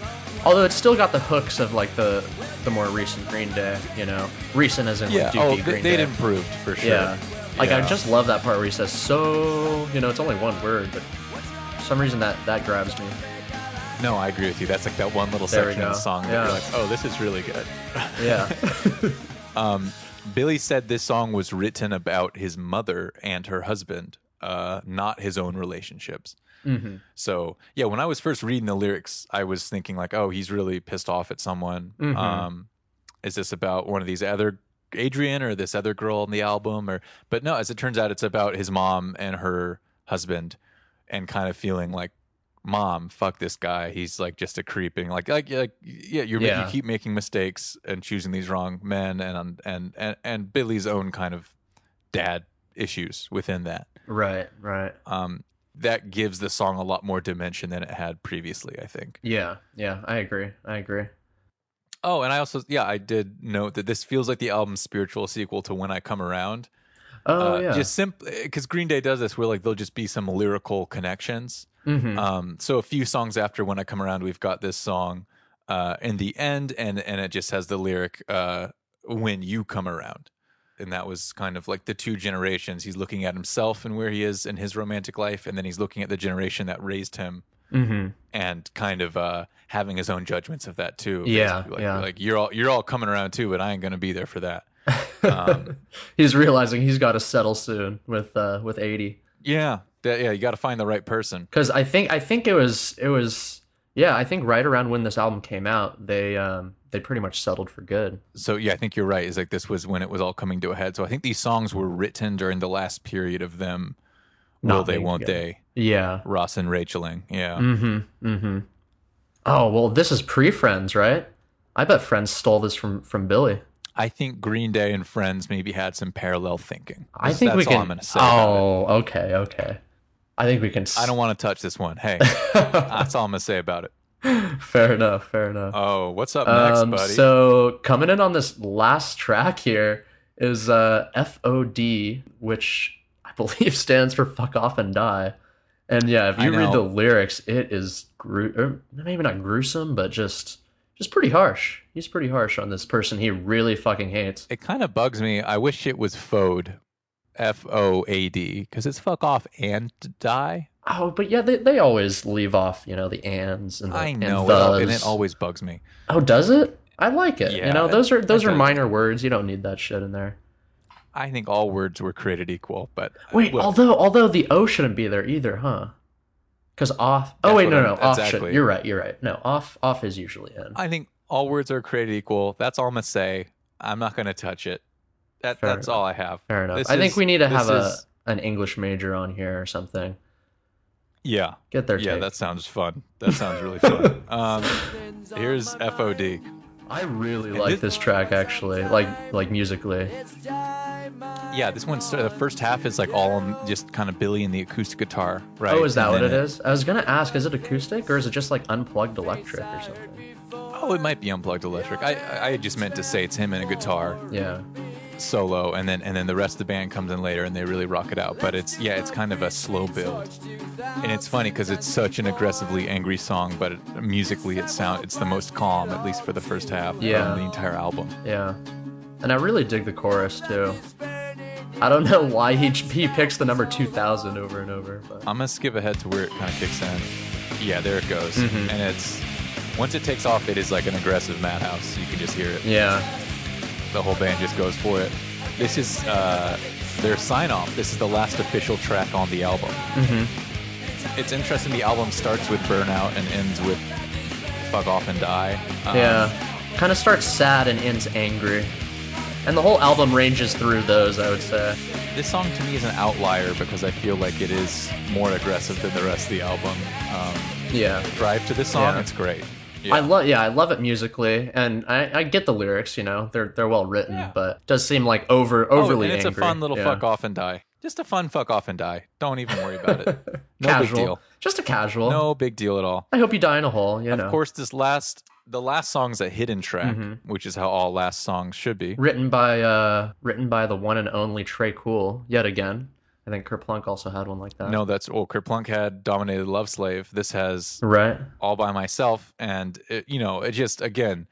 Speaker 2: Although it's still got the hooks of like the the more recent Green Day, you know, recent as in
Speaker 1: Yeah.
Speaker 2: like
Speaker 1: Oh,
Speaker 2: Dookie
Speaker 1: they,
Speaker 2: Green
Speaker 1: they'd
Speaker 2: Day.
Speaker 1: improved for sure.
Speaker 2: Yeah, like I
Speaker 1: Yeah.
Speaker 2: just love that part where he says so. You know, it's only one word, but for some reason that that grabs me.
Speaker 1: No, I agree with you. That's like that one little
Speaker 2: There we
Speaker 1: section of the
Speaker 2: go.
Speaker 1: song that
Speaker 2: Yeah.
Speaker 1: you're like, oh, this is really good.
Speaker 2: Yeah,
Speaker 1: Billy said this song was written about his mother and her husband, uh, not his own relationships. Mm-hmm.
Speaker 2: Mhm.
Speaker 1: So yeah, when I was first reading the lyrics, I was thinking like, oh, he's really pissed off at someone.
Speaker 2: Mhm.
Speaker 1: Um, is this about one of these other Adrian or this other girl on the album? Or but no, as it turns out, it's about his mom and her husband and kind of feeling like, "Mom, fuck this guy. He's like just a creeping like like like yeah. You're
Speaker 2: Yeah.
Speaker 1: you keep making mistakes and choosing these wrong men, and and and and Billy's own kind of dad issues within that.
Speaker 2: Right, right.
Speaker 1: Um, that gives the song a lot more dimension than it had previously. I think.
Speaker 2: Yeah, yeah, I agree. I agree.
Speaker 1: Oh, and I also yeah, I did note that this feels like the album's spiritual sequel to When I Come Around.
Speaker 2: Oh
Speaker 1: uh,
Speaker 2: yeah.
Speaker 1: Just simply because Green Day does this, where like there'll just be some lyrical connections.
Speaker 2: Mhm.
Speaker 1: Um, so a few songs after When I Come Around, we've got this song uh, in the end, and and it just has the lyric uh, "When you come around," and that was kind of like the two generations. He's looking at himself and where he is in his romantic life, and then he's looking at the generation that raised him
Speaker 2: Mhm.
Speaker 1: and kind of uh, having his own judgments of that too.
Speaker 2: Yeah,
Speaker 1: Basically, like,
Speaker 2: yeah.
Speaker 1: like you're all you're all coming around too, but I ain't gonna be there for that. Um,
Speaker 2: he's realizing he's got to settle soon with uh with 80
Speaker 1: yeah, that, yeah, you got to find the right person.
Speaker 2: cuz I think I think it was it was yeah, I think right around when this album came out, they um they pretty much settled for good.
Speaker 1: So yeah, I think you're right. Is like this was when it was all coming to a head. So I think these songs were written during the last period of them. Will
Speaker 2: Not
Speaker 1: they?
Speaker 2: being
Speaker 1: Won't
Speaker 2: together.
Speaker 1: they?
Speaker 2: Yeah.
Speaker 1: Ross and Racheling. Yeah.
Speaker 2: Mhm. Mhm. Oh, well, this is pre-Friends, right? I bet Friends stole this from from Billy.
Speaker 1: I think Green Day and Friends maybe had some parallel thinking.
Speaker 2: I
Speaker 1: That's-
Speaker 2: think we
Speaker 1: that's
Speaker 2: can
Speaker 1: all I'm gonna say. about it.
Speaker 2: Oh, okay, okay. I think we can s-
Speaker 1: I don't want to touch this one. Hey, that's all I'm gonna say about it.
Speaker 2: fair enough, fair enough.
Speaker 1: Oh, what's up next,
Speaker 2: Um,
Speaker 1: buddy?
Speaker 2: So coming in on this last track here is uh, FOD, which I believe stands for "fuck off and die." And yeah, if
Speaker 1: I
Speaker 2: you read
Speaker 1: know.
Speaker 2: the lyrics, it is gru- or maybe not gruesome, but just just pretty harsh. He's pretty harsh on this person he really fucking hates.
Speaker 1: It kind of bugs me. I wish it was FOAD, F O A D, because it's fuck off and die.
Speaker 2: Oh, but yeah, they, they always leave off you know the ands and the
Speaker 1: I
Speaker 2: and
Speaker 1: know, it al- and
Speaker 2: thes.
Speaker 1: it always bugs me.
Speaker 2: oh, does it? I like it.
Speaker 1: Yeah,
Speaker 2: you know,
Speaker 1: it-
Speaker 2: those are those
Speaker 1: it
Speaker 2: are
Speaker 1: does.
Speaker 2: minor words. You don't need that shit in there.
Speaker 1: I think all words were created equal, but
Speaker 2: Wait,
Speaker 1: well,
Speaker 2: although although the O shouldn't be there either, huh? Because off. Oh
Speaker 1: That's
Speaker 2: wait,
Speaker 1: what
Speaker 2: no,
Speaker 1: I'm-
Speaker 2: no, off
Speaker 1: exactly.
Speaker 2: should. You're right. You're right. No, off off is usually in.
Speaker 1: I think all words are created equal. That's all I'm gonna say. I'm not gonna touch it. That
Speaker 2: Fair
Speaker 1: that's all I have.
Speaker 2: Fair enough.
Speaker 1: this
Speaker 2: I think
Speaker 1: is-
Speaker 2: we need to
Speaker 1: this
Speaker 2: have a
Speaker 1: is-
Speaker 2: an English major on here or something.
Speaker 1: Yeah,
Speaker 2: Get their
Speaker 1: yeah,
Speaker 2: take.
Speaker 1: that sounds fun. That sounds really fun. um, here's FOD.
Speaker 2: I really
Speaker 1: And
Speaker 2: like
Speaker 1: this-
Speaker 2: this, track actually, like like musically.
Speaker 1: Yeah, this one's the first half is like all on just kind of Billy and the acoustic guitar, right?
Speaker 2: Oh, is that
Speaker 1: And
Speaker 2: what
Speaker 1: then
Speaker 2: it is? I was gonna ask, is it acoustic or is it just like unplugged electric or something?
Speaker 1: Oh, it might be unplugged electric. I I- I just meant to say it's him and a guitar
Speaker 2: Yeah.
Speaker 1: solo, and then and then the rest of the band comes in later and they really rock it out. But it's yeah, it's kind of a slow build, and it's funny because it's such an aggressively angry song, but it, musically it sound it's the most calm at least for the first half
Speaker 2: Yeah.
Speaker 1: of the entire album.
Speaker 2: Yeah. And I really dig the chorus too. I don't know why he he picks the number 2000 over and over, but
Speaker 1: I'm gonna skip ahead to where it kind of kicks in. Yeah, there it goes, and it's once it takes off, it is like an aggressive madhouse. You can just hear it.
Speaker 2: yeah.
Speaker 1: the whole band just goes for it. This is uh, their sign off. This is the last official track on the album. Mm-hmm.
Speaker 2: Mm-hmm.
Speaker 1: It's interesting. The album starts with Burnout and ends with Fuck Off and Die. Um,
Speaker 2: Yeah. Kind of starts sad and ends angry. And the whole album ranges through those, I would say.
Speaker 1: This song to me is an outlier because I feel like it is more aggressive than the rest of the album. Um,
Speaker 2: Yeah.
Speaker 1: drive to this song,
Speaker 2: Yeah.
Speaker 1: it's great.
Speaker 2: I love yeah, I love it musically and I, I get the lyrics, you know. They're they're well written,
Speaker 1: Yeah.
Speaker 2: but it does seem like over
Speaker 1: Oh,
Speaker 2: overly
Speaker 1: and it's
Speaker 2: angry.
Speaker 1: a fun little
Speaker 2: Yeah.
Speaker 1: fuck off and die. Just a fun fuck off and die. Don't even worry about it. No
Speaker 2: casual.
Speaker 1: big deal.
Speaker 2: Just a casual.
Speaker 1: No big deal at all.
Speaker 2: I hope you die in a hole, you know.
Speaker 1: Of course, this last the last song's a hidden track, which is how all last songs should be.
Speaker 2: Written by uh written by the one and only Trey Cool, yet again. I think Kerplunk also had one like that.
Speaker 1: No, that's well, Kerplunk had dominated Love Slave. This has
Speaker 2: Right.
Speaker 1: all by myself, and it, you know, it just again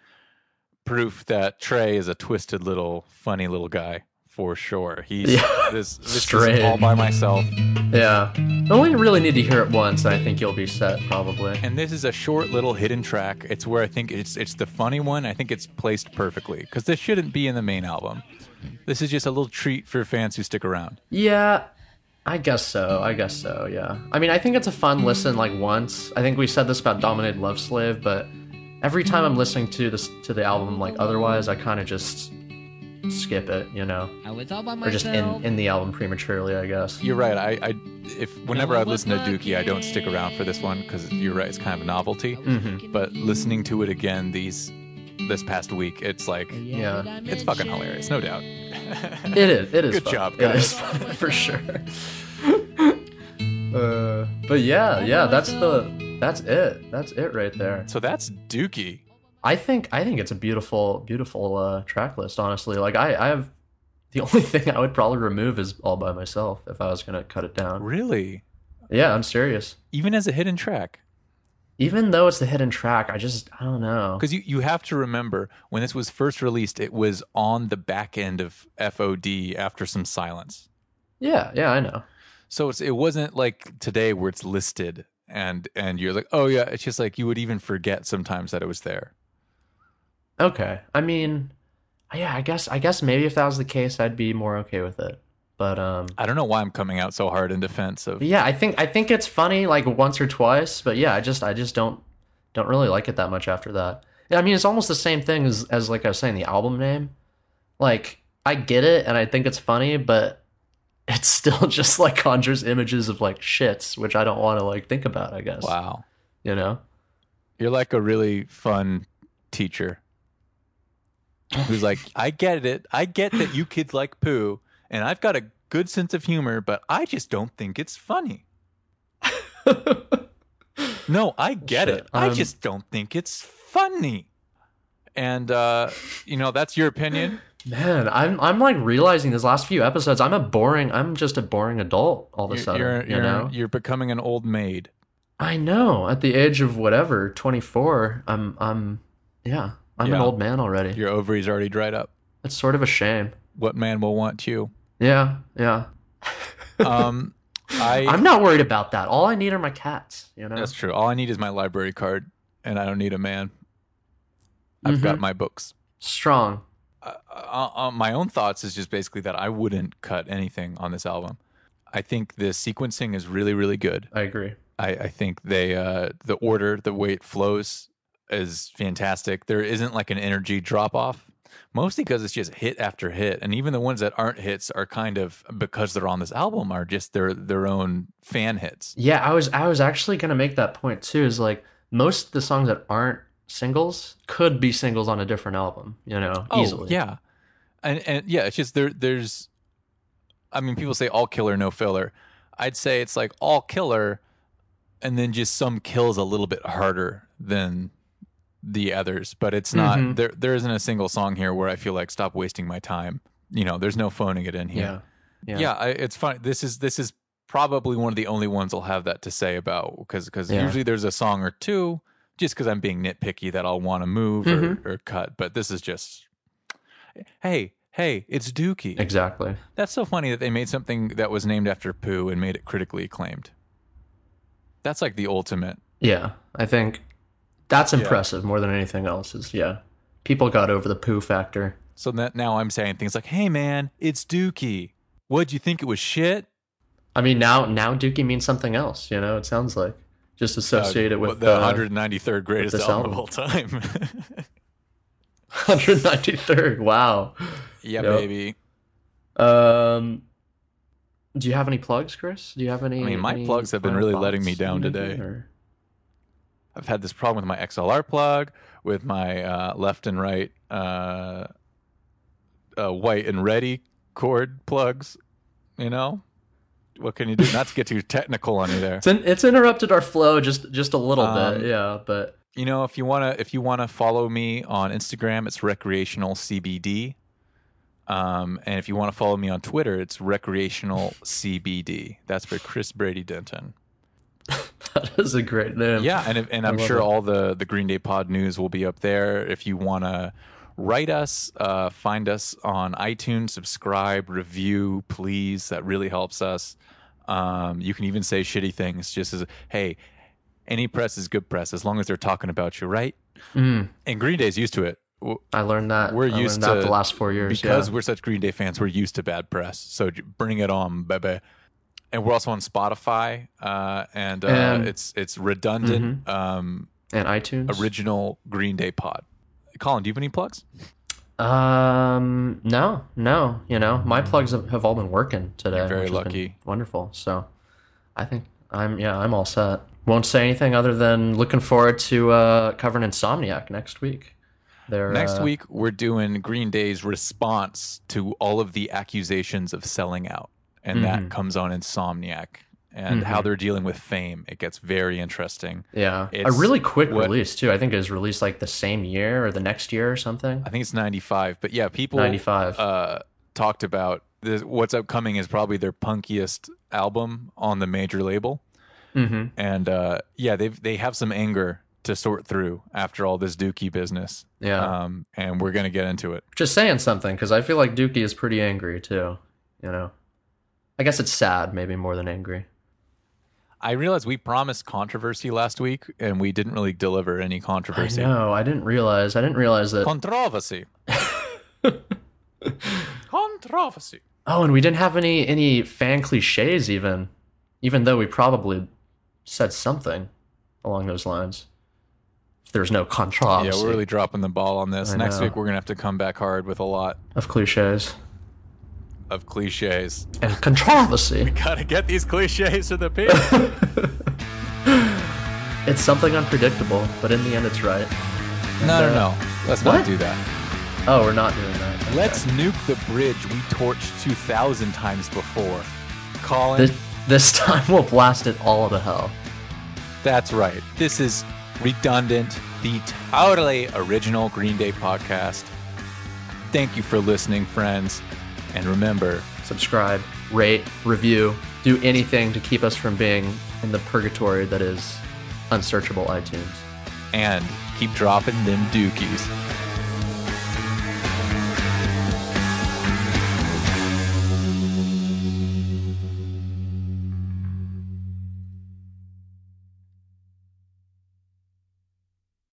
Speaker 1: proof that Trey is a twisted little, funny little guy for sure. He's
Speaker 2: Yeah.
Speaker 1: this this
Speaker 2: Straight.
Speaker 1: is all by myself,
Speaker 2: Yeah. Only really need to hear it once, and I think you'll be set probably.
Speaker 1: and this is a short little hidden track. It's where I think it's it's the funny one. I think it's placed perfectly because this shouldn't be in the main album. This is just a little treat for fans who stick around.
Speaker 2: Yeah, I guess so. I guess so. Yeah. I mean, I think it's a fun listen. Like once, I think we said this about "Dominated Love Slave," but every time I'm listening to this to the album, like otherwise, I kind of just skip it, you know,
Speaker 3: I was all by
Speaker 2: or just
Speaker 3: myself.
Speaker 2: in in the album prematurely, I guess.
Speaker 1: You're right. I, I if whenever
Speaker 3: No
Speaker 1: I
Speaker 3: one was
Speaker 1: listen to Dookie, I don't stick around for this one because you're right. It's kind of a novelty.
Speaker 2: Mhm.
Speaker 1: But listening to it again these this past week, it's like
Speaker 2: Yeah.
Speaker 1: it's fucking hilarious, no doubt.
Speaker 2: It is. It is.
Speaker 1: Good
Speaker 2: fun.
Speaker 1: job,
Speaker 2: It
Speaker 1: guys.
Speaker 2: is fun, for sure. uh, but yeah, yeah, that's the that's it. That's it right there.
Speaker 1: so that's Dookie.
Speaker 2: I think I think it's a beautiful beautiful uh, track list. Honestly, like I I have the only thing I would probably remove is all by myself if I was gonna cut it down.
Speaker 1: Really,
Speaker 2: Yeah, I'm serious.
Speaker 1: even as a hidden track,
Speaker 2: Even though it's the hidden track, I just I don't know.
Speaker 1: because you you have to remember when this was first released, it was on the back end of FOD after some silence.
Speaker 2: Yeah, yeah, I know.
Speaker 1: So it's, it wasn't like today where it's listed and and you're like, oh yeah, it's just like you would even forget sometimes that it was there.
Speaker 2: Okay. I mean, yeah, I guess I guess maybe if that was the case, I'd be more okay with it. But um
Speaker 1: I don't know why I'm coming out so hard in defense of.
Speaker 2: but yeah, I think I think it's funny like once or twice, but yeah, I just I just don't don't really like it that much after that. Yeah, I mean, it's almost the same thing as as like I was saying the album name. Like I get it and I think it's funny, but it still just like conjures images of like shits, which I don't want to like think about, I guess.
Speaker 1: Wow,
Speaker 2: You know?
Speaker 1: you're like a really fun teacher who's like, I get it, I get that you kids like poo, and I've got a good sense of humor, but I just don't think it's funny. No, I get
Speaker 2: Shit,
Speaker 1: it. I
Speaker 2: um,
Speaker 1: just don't think it's funny. And uh, you know that's your opinion.
Speaker 2: Man, I'm I'm like realizing these last few episodes, I'm a boring I'm just a boring adult all of a
Speaker 1: You're
Speaker 2: sudden,
Speaker 1: you're,
Speaker 2: you
Speaker 1: you're,
Speaker 2: know?
Speaker 1: you're becoming an old maid.
Speaker 2: I know. At the age of whatever, 24, I'm I'm yeah, I'm an
Speaker 1: Yeah.
Speaker 2: old man already.
Speaker 1: Your ovaries already dried up.
Speaker 2: It's sort of a shame.
Speaker 1: What man will want you?
Speaker 2: Yeah, yeah.
Speaker 1: Um, I
Speaker 2: I'm not worried about that. All I need are my cats, you know.
Speaker 1: That's true. All I need is my library card, and I don't need a man. I've got my books.
Speaker 2: Strong.
Speaker 1: Uh, uh, uh, my own thoughts is just basically that I wouldn't cut anything on this album. I think the sequencing is really, really good.
Speaker 2: I agree.
Speaker 1: I, I think they, uh, the order, the way it flows, is fantastic. There isn't like an energy drop off, mostly because it's just hit after hit, and even the ones that aren't hits are kind of because they're on this album are just their their own fan hits.
Speaker 2: Yeah, I was I was actually gonna make that point too, is like most of the songs that aren't singles could be singles on a different album, you know, easily.
Speaker 1: Oh, Yeah. And and yeah, it's just there there's I mean people say all killer, no filler. I'd say it's like all killer and then just some kills a little bit harder than the others. But it's not
Speaker 2: Mhm.
Speaker 1: there there isn't a single song here where I feel like stop wasting my time. You know, there's no phoning it in here
Speaker 2: Yeah.
Speaker 1: yeah, I, it's funny. This is this is probably one of the only ones I'll have that to say about because
Speaker 2: Yeah.
Speaker 1: usually there's a song or two just because I'm being nitpicky that I'll want to move
Speaker 2: Mm-hmm.
Speaker 1: or, or cut. But this is just hey hey, it's Dookie.
Speaker 2: Exactly.
Speaker 1: That's so funny that they made something that was named after Pooh and made it critically acclaimed. That's like the ultimate.
Speaker 2: Yeah, I think that's impressive more than anything else. Is yeah, people got over the poo factor.
Speaker 1: So that now I'm saying things like, "Hey man, it's Dookie. What'd you think it was shit?"
Speaker 2: I mean, now now Dookie means something else. You know, it sounds like just associate it with
Speaker 1: the
Speaker 2: uh,
Speaker 1: 193rd greatest
Speaker 2: this
Speaker 1: album of
Speaker 2: album.
Speaker 1: all time.
Speaker 2: 193rd. Wow.
Speaker 1: yeah,
Speaker 2: Yep.
Speaker 1: baby.
Speaker 2: Um, do you have any plugs, Chris? Do you have any?
Speaker 1: I mean, my
Speaker 2: any
Speaker 1: plugs have been
Speaker 2: final
Speaker 1: really letting me
Speaker 2: thoughts
Speaker 1: down
Speaker 2: maybe,
Speaker 1: today.
Speaker 2: or-
Speaker 1: I've had this problem with my XLR plug, with my uh, left and right uh, uh, white and ready cord plugs. You know, what can you do? Not to get too technical on you there.
Speaker 2: It's in, it's interrupted our flow just just a little
Speaker 1: Um,
Speaker 2: bit. Yeah, but
Speaker 1: You know, if you wanna if you wanna follow me on Instagram, it's recreational CBD. Um, and if you want to follow me on Twitter, it's recreational CBD. That's for Chris Brady Denton.
Speaker 2: that is a great name.
Speaker 1: Yeah, and if- and I'm
Speaker 2: love
Speaker 1: sure
Speaker 2: it.
Speaker 1: all the the Green Day Pod news will be up there. If you want to write us, uh, find us on iTunes, subscribe, review, please. That really helps us. Um, you can even say shitty things. Just as hey, any press is good press as long as they're talking about you, right?
Speaker 2: Mm,
Speaker 1: And Green Day's used to it W-
Speaker 2: I learned that.
Speaker 1: We're
Speaker 2: I learned
Speaker 1: used
Speaker 2: that
Speaker 1: to-
Speaker 2: the last four years yeah.
Speaker 1: because we're such Green Day fans. We're used to bad press, so j- bring it on, baby. And we're also on Spotify, uh, and uh,
Speaker 2: And- Mm-hmm.
Speaker 1: it's it's redundant. Um,
Speaker 2: and iTunes.
Speaker 1: original Green Day pod. Colin, do you have any plugs?
Speaker 2: Um, no, no. You know, my plugs have, have all been working today.
Speaker 1: Hmm. You're very
Speaker 2: which has been
Speaker 1: lucky.
Speaker 2: Wonderful. So, I think I'm yeah, I'm all set. Won't say anything other than looking forward to uh, covering Insomniac next week. They're,
Speaker 1: Next
Speaker 2: uh,
Speaker 1: week, we're doing Green Day's response to all of the accusations of selling out. And that
Speaker 2: Mhm.
Speaker 1: comes on Insomniac and
Speaker 2: Mm-hmm.
Speaker 1: how they're dealing with fame. It gets very interesting.
Speaker 2: Yeah, a
Speaker 1: it's
Speaker 2: really quick
Speaker 1: what-
Speaker 2: release too. I think it was released like the same year or the next year or something.
Speaker 1: I think it's 95, but yeah, people
Speaker 2: Ninety five.
Speaker 1: uh, talked about this, what's upcoming is probably their punkiest album on the major label.
Speaker 2: mm-hmm.
Speaker 1: And uh, yeah, they've, they have some anger to sort through after all this Dookie business.
Speaker 2: Yeah,
Speaker 1: Um, and we're going to get into it.
Speaker 2: just saying something because I feel like Dookie is pretty angry too. You know, I guess it's sad maybe more than angry.
Speaker 1: I realized we promised controversy last week and we didn't really deliver any
Speaker 2: I
Speaker 1: controversy.
Speaker 2: know. I didn't realize. I didn't realize that.
Speaker 1: Controversy. controversy.
Speaker 2: Oh, and we didn't have any any fan cliches even, even though we probably said something along those lines. There's no
Speaker 1: Yeah,
Speaker 2: controversy
Speaker 1: we're really dropping the ball on this.
Speaker 2: I
Speaker 1: Next
Speaker 2: know.
Speaker 1: week, we're going to have to come back hard with a lot
Speaker 2: of cliches
Speaker 1: of cliches.
Speaker 2: and controversy.
Speaker 1: Gotta get these cliches to the people.
Speaker 2: It's something unpredictable, but in the end, it's right.
Speaker 1: no, no,
Speaker 2: uh,
Speaker 1: no. Let's not
Speaker 2: what?
Speaker 1: do that.
Speaker 2: Oh, we're not doing that.
Speaker 1: Let's nuke the bridge we torched 2,000 times before. Colin,
Speaker 2: This, this time we'll blast it all to hell.
Speaker 1: that's right. This is redundant, the totally original Green Day podcast. Thank you for listening, friends. And remember,
Speaker 2: Subscribe, rate, review, do anything to keep us from being in the purgatory that is unsearchable iTunes.
Speaker 1: and keep dropping them dookies.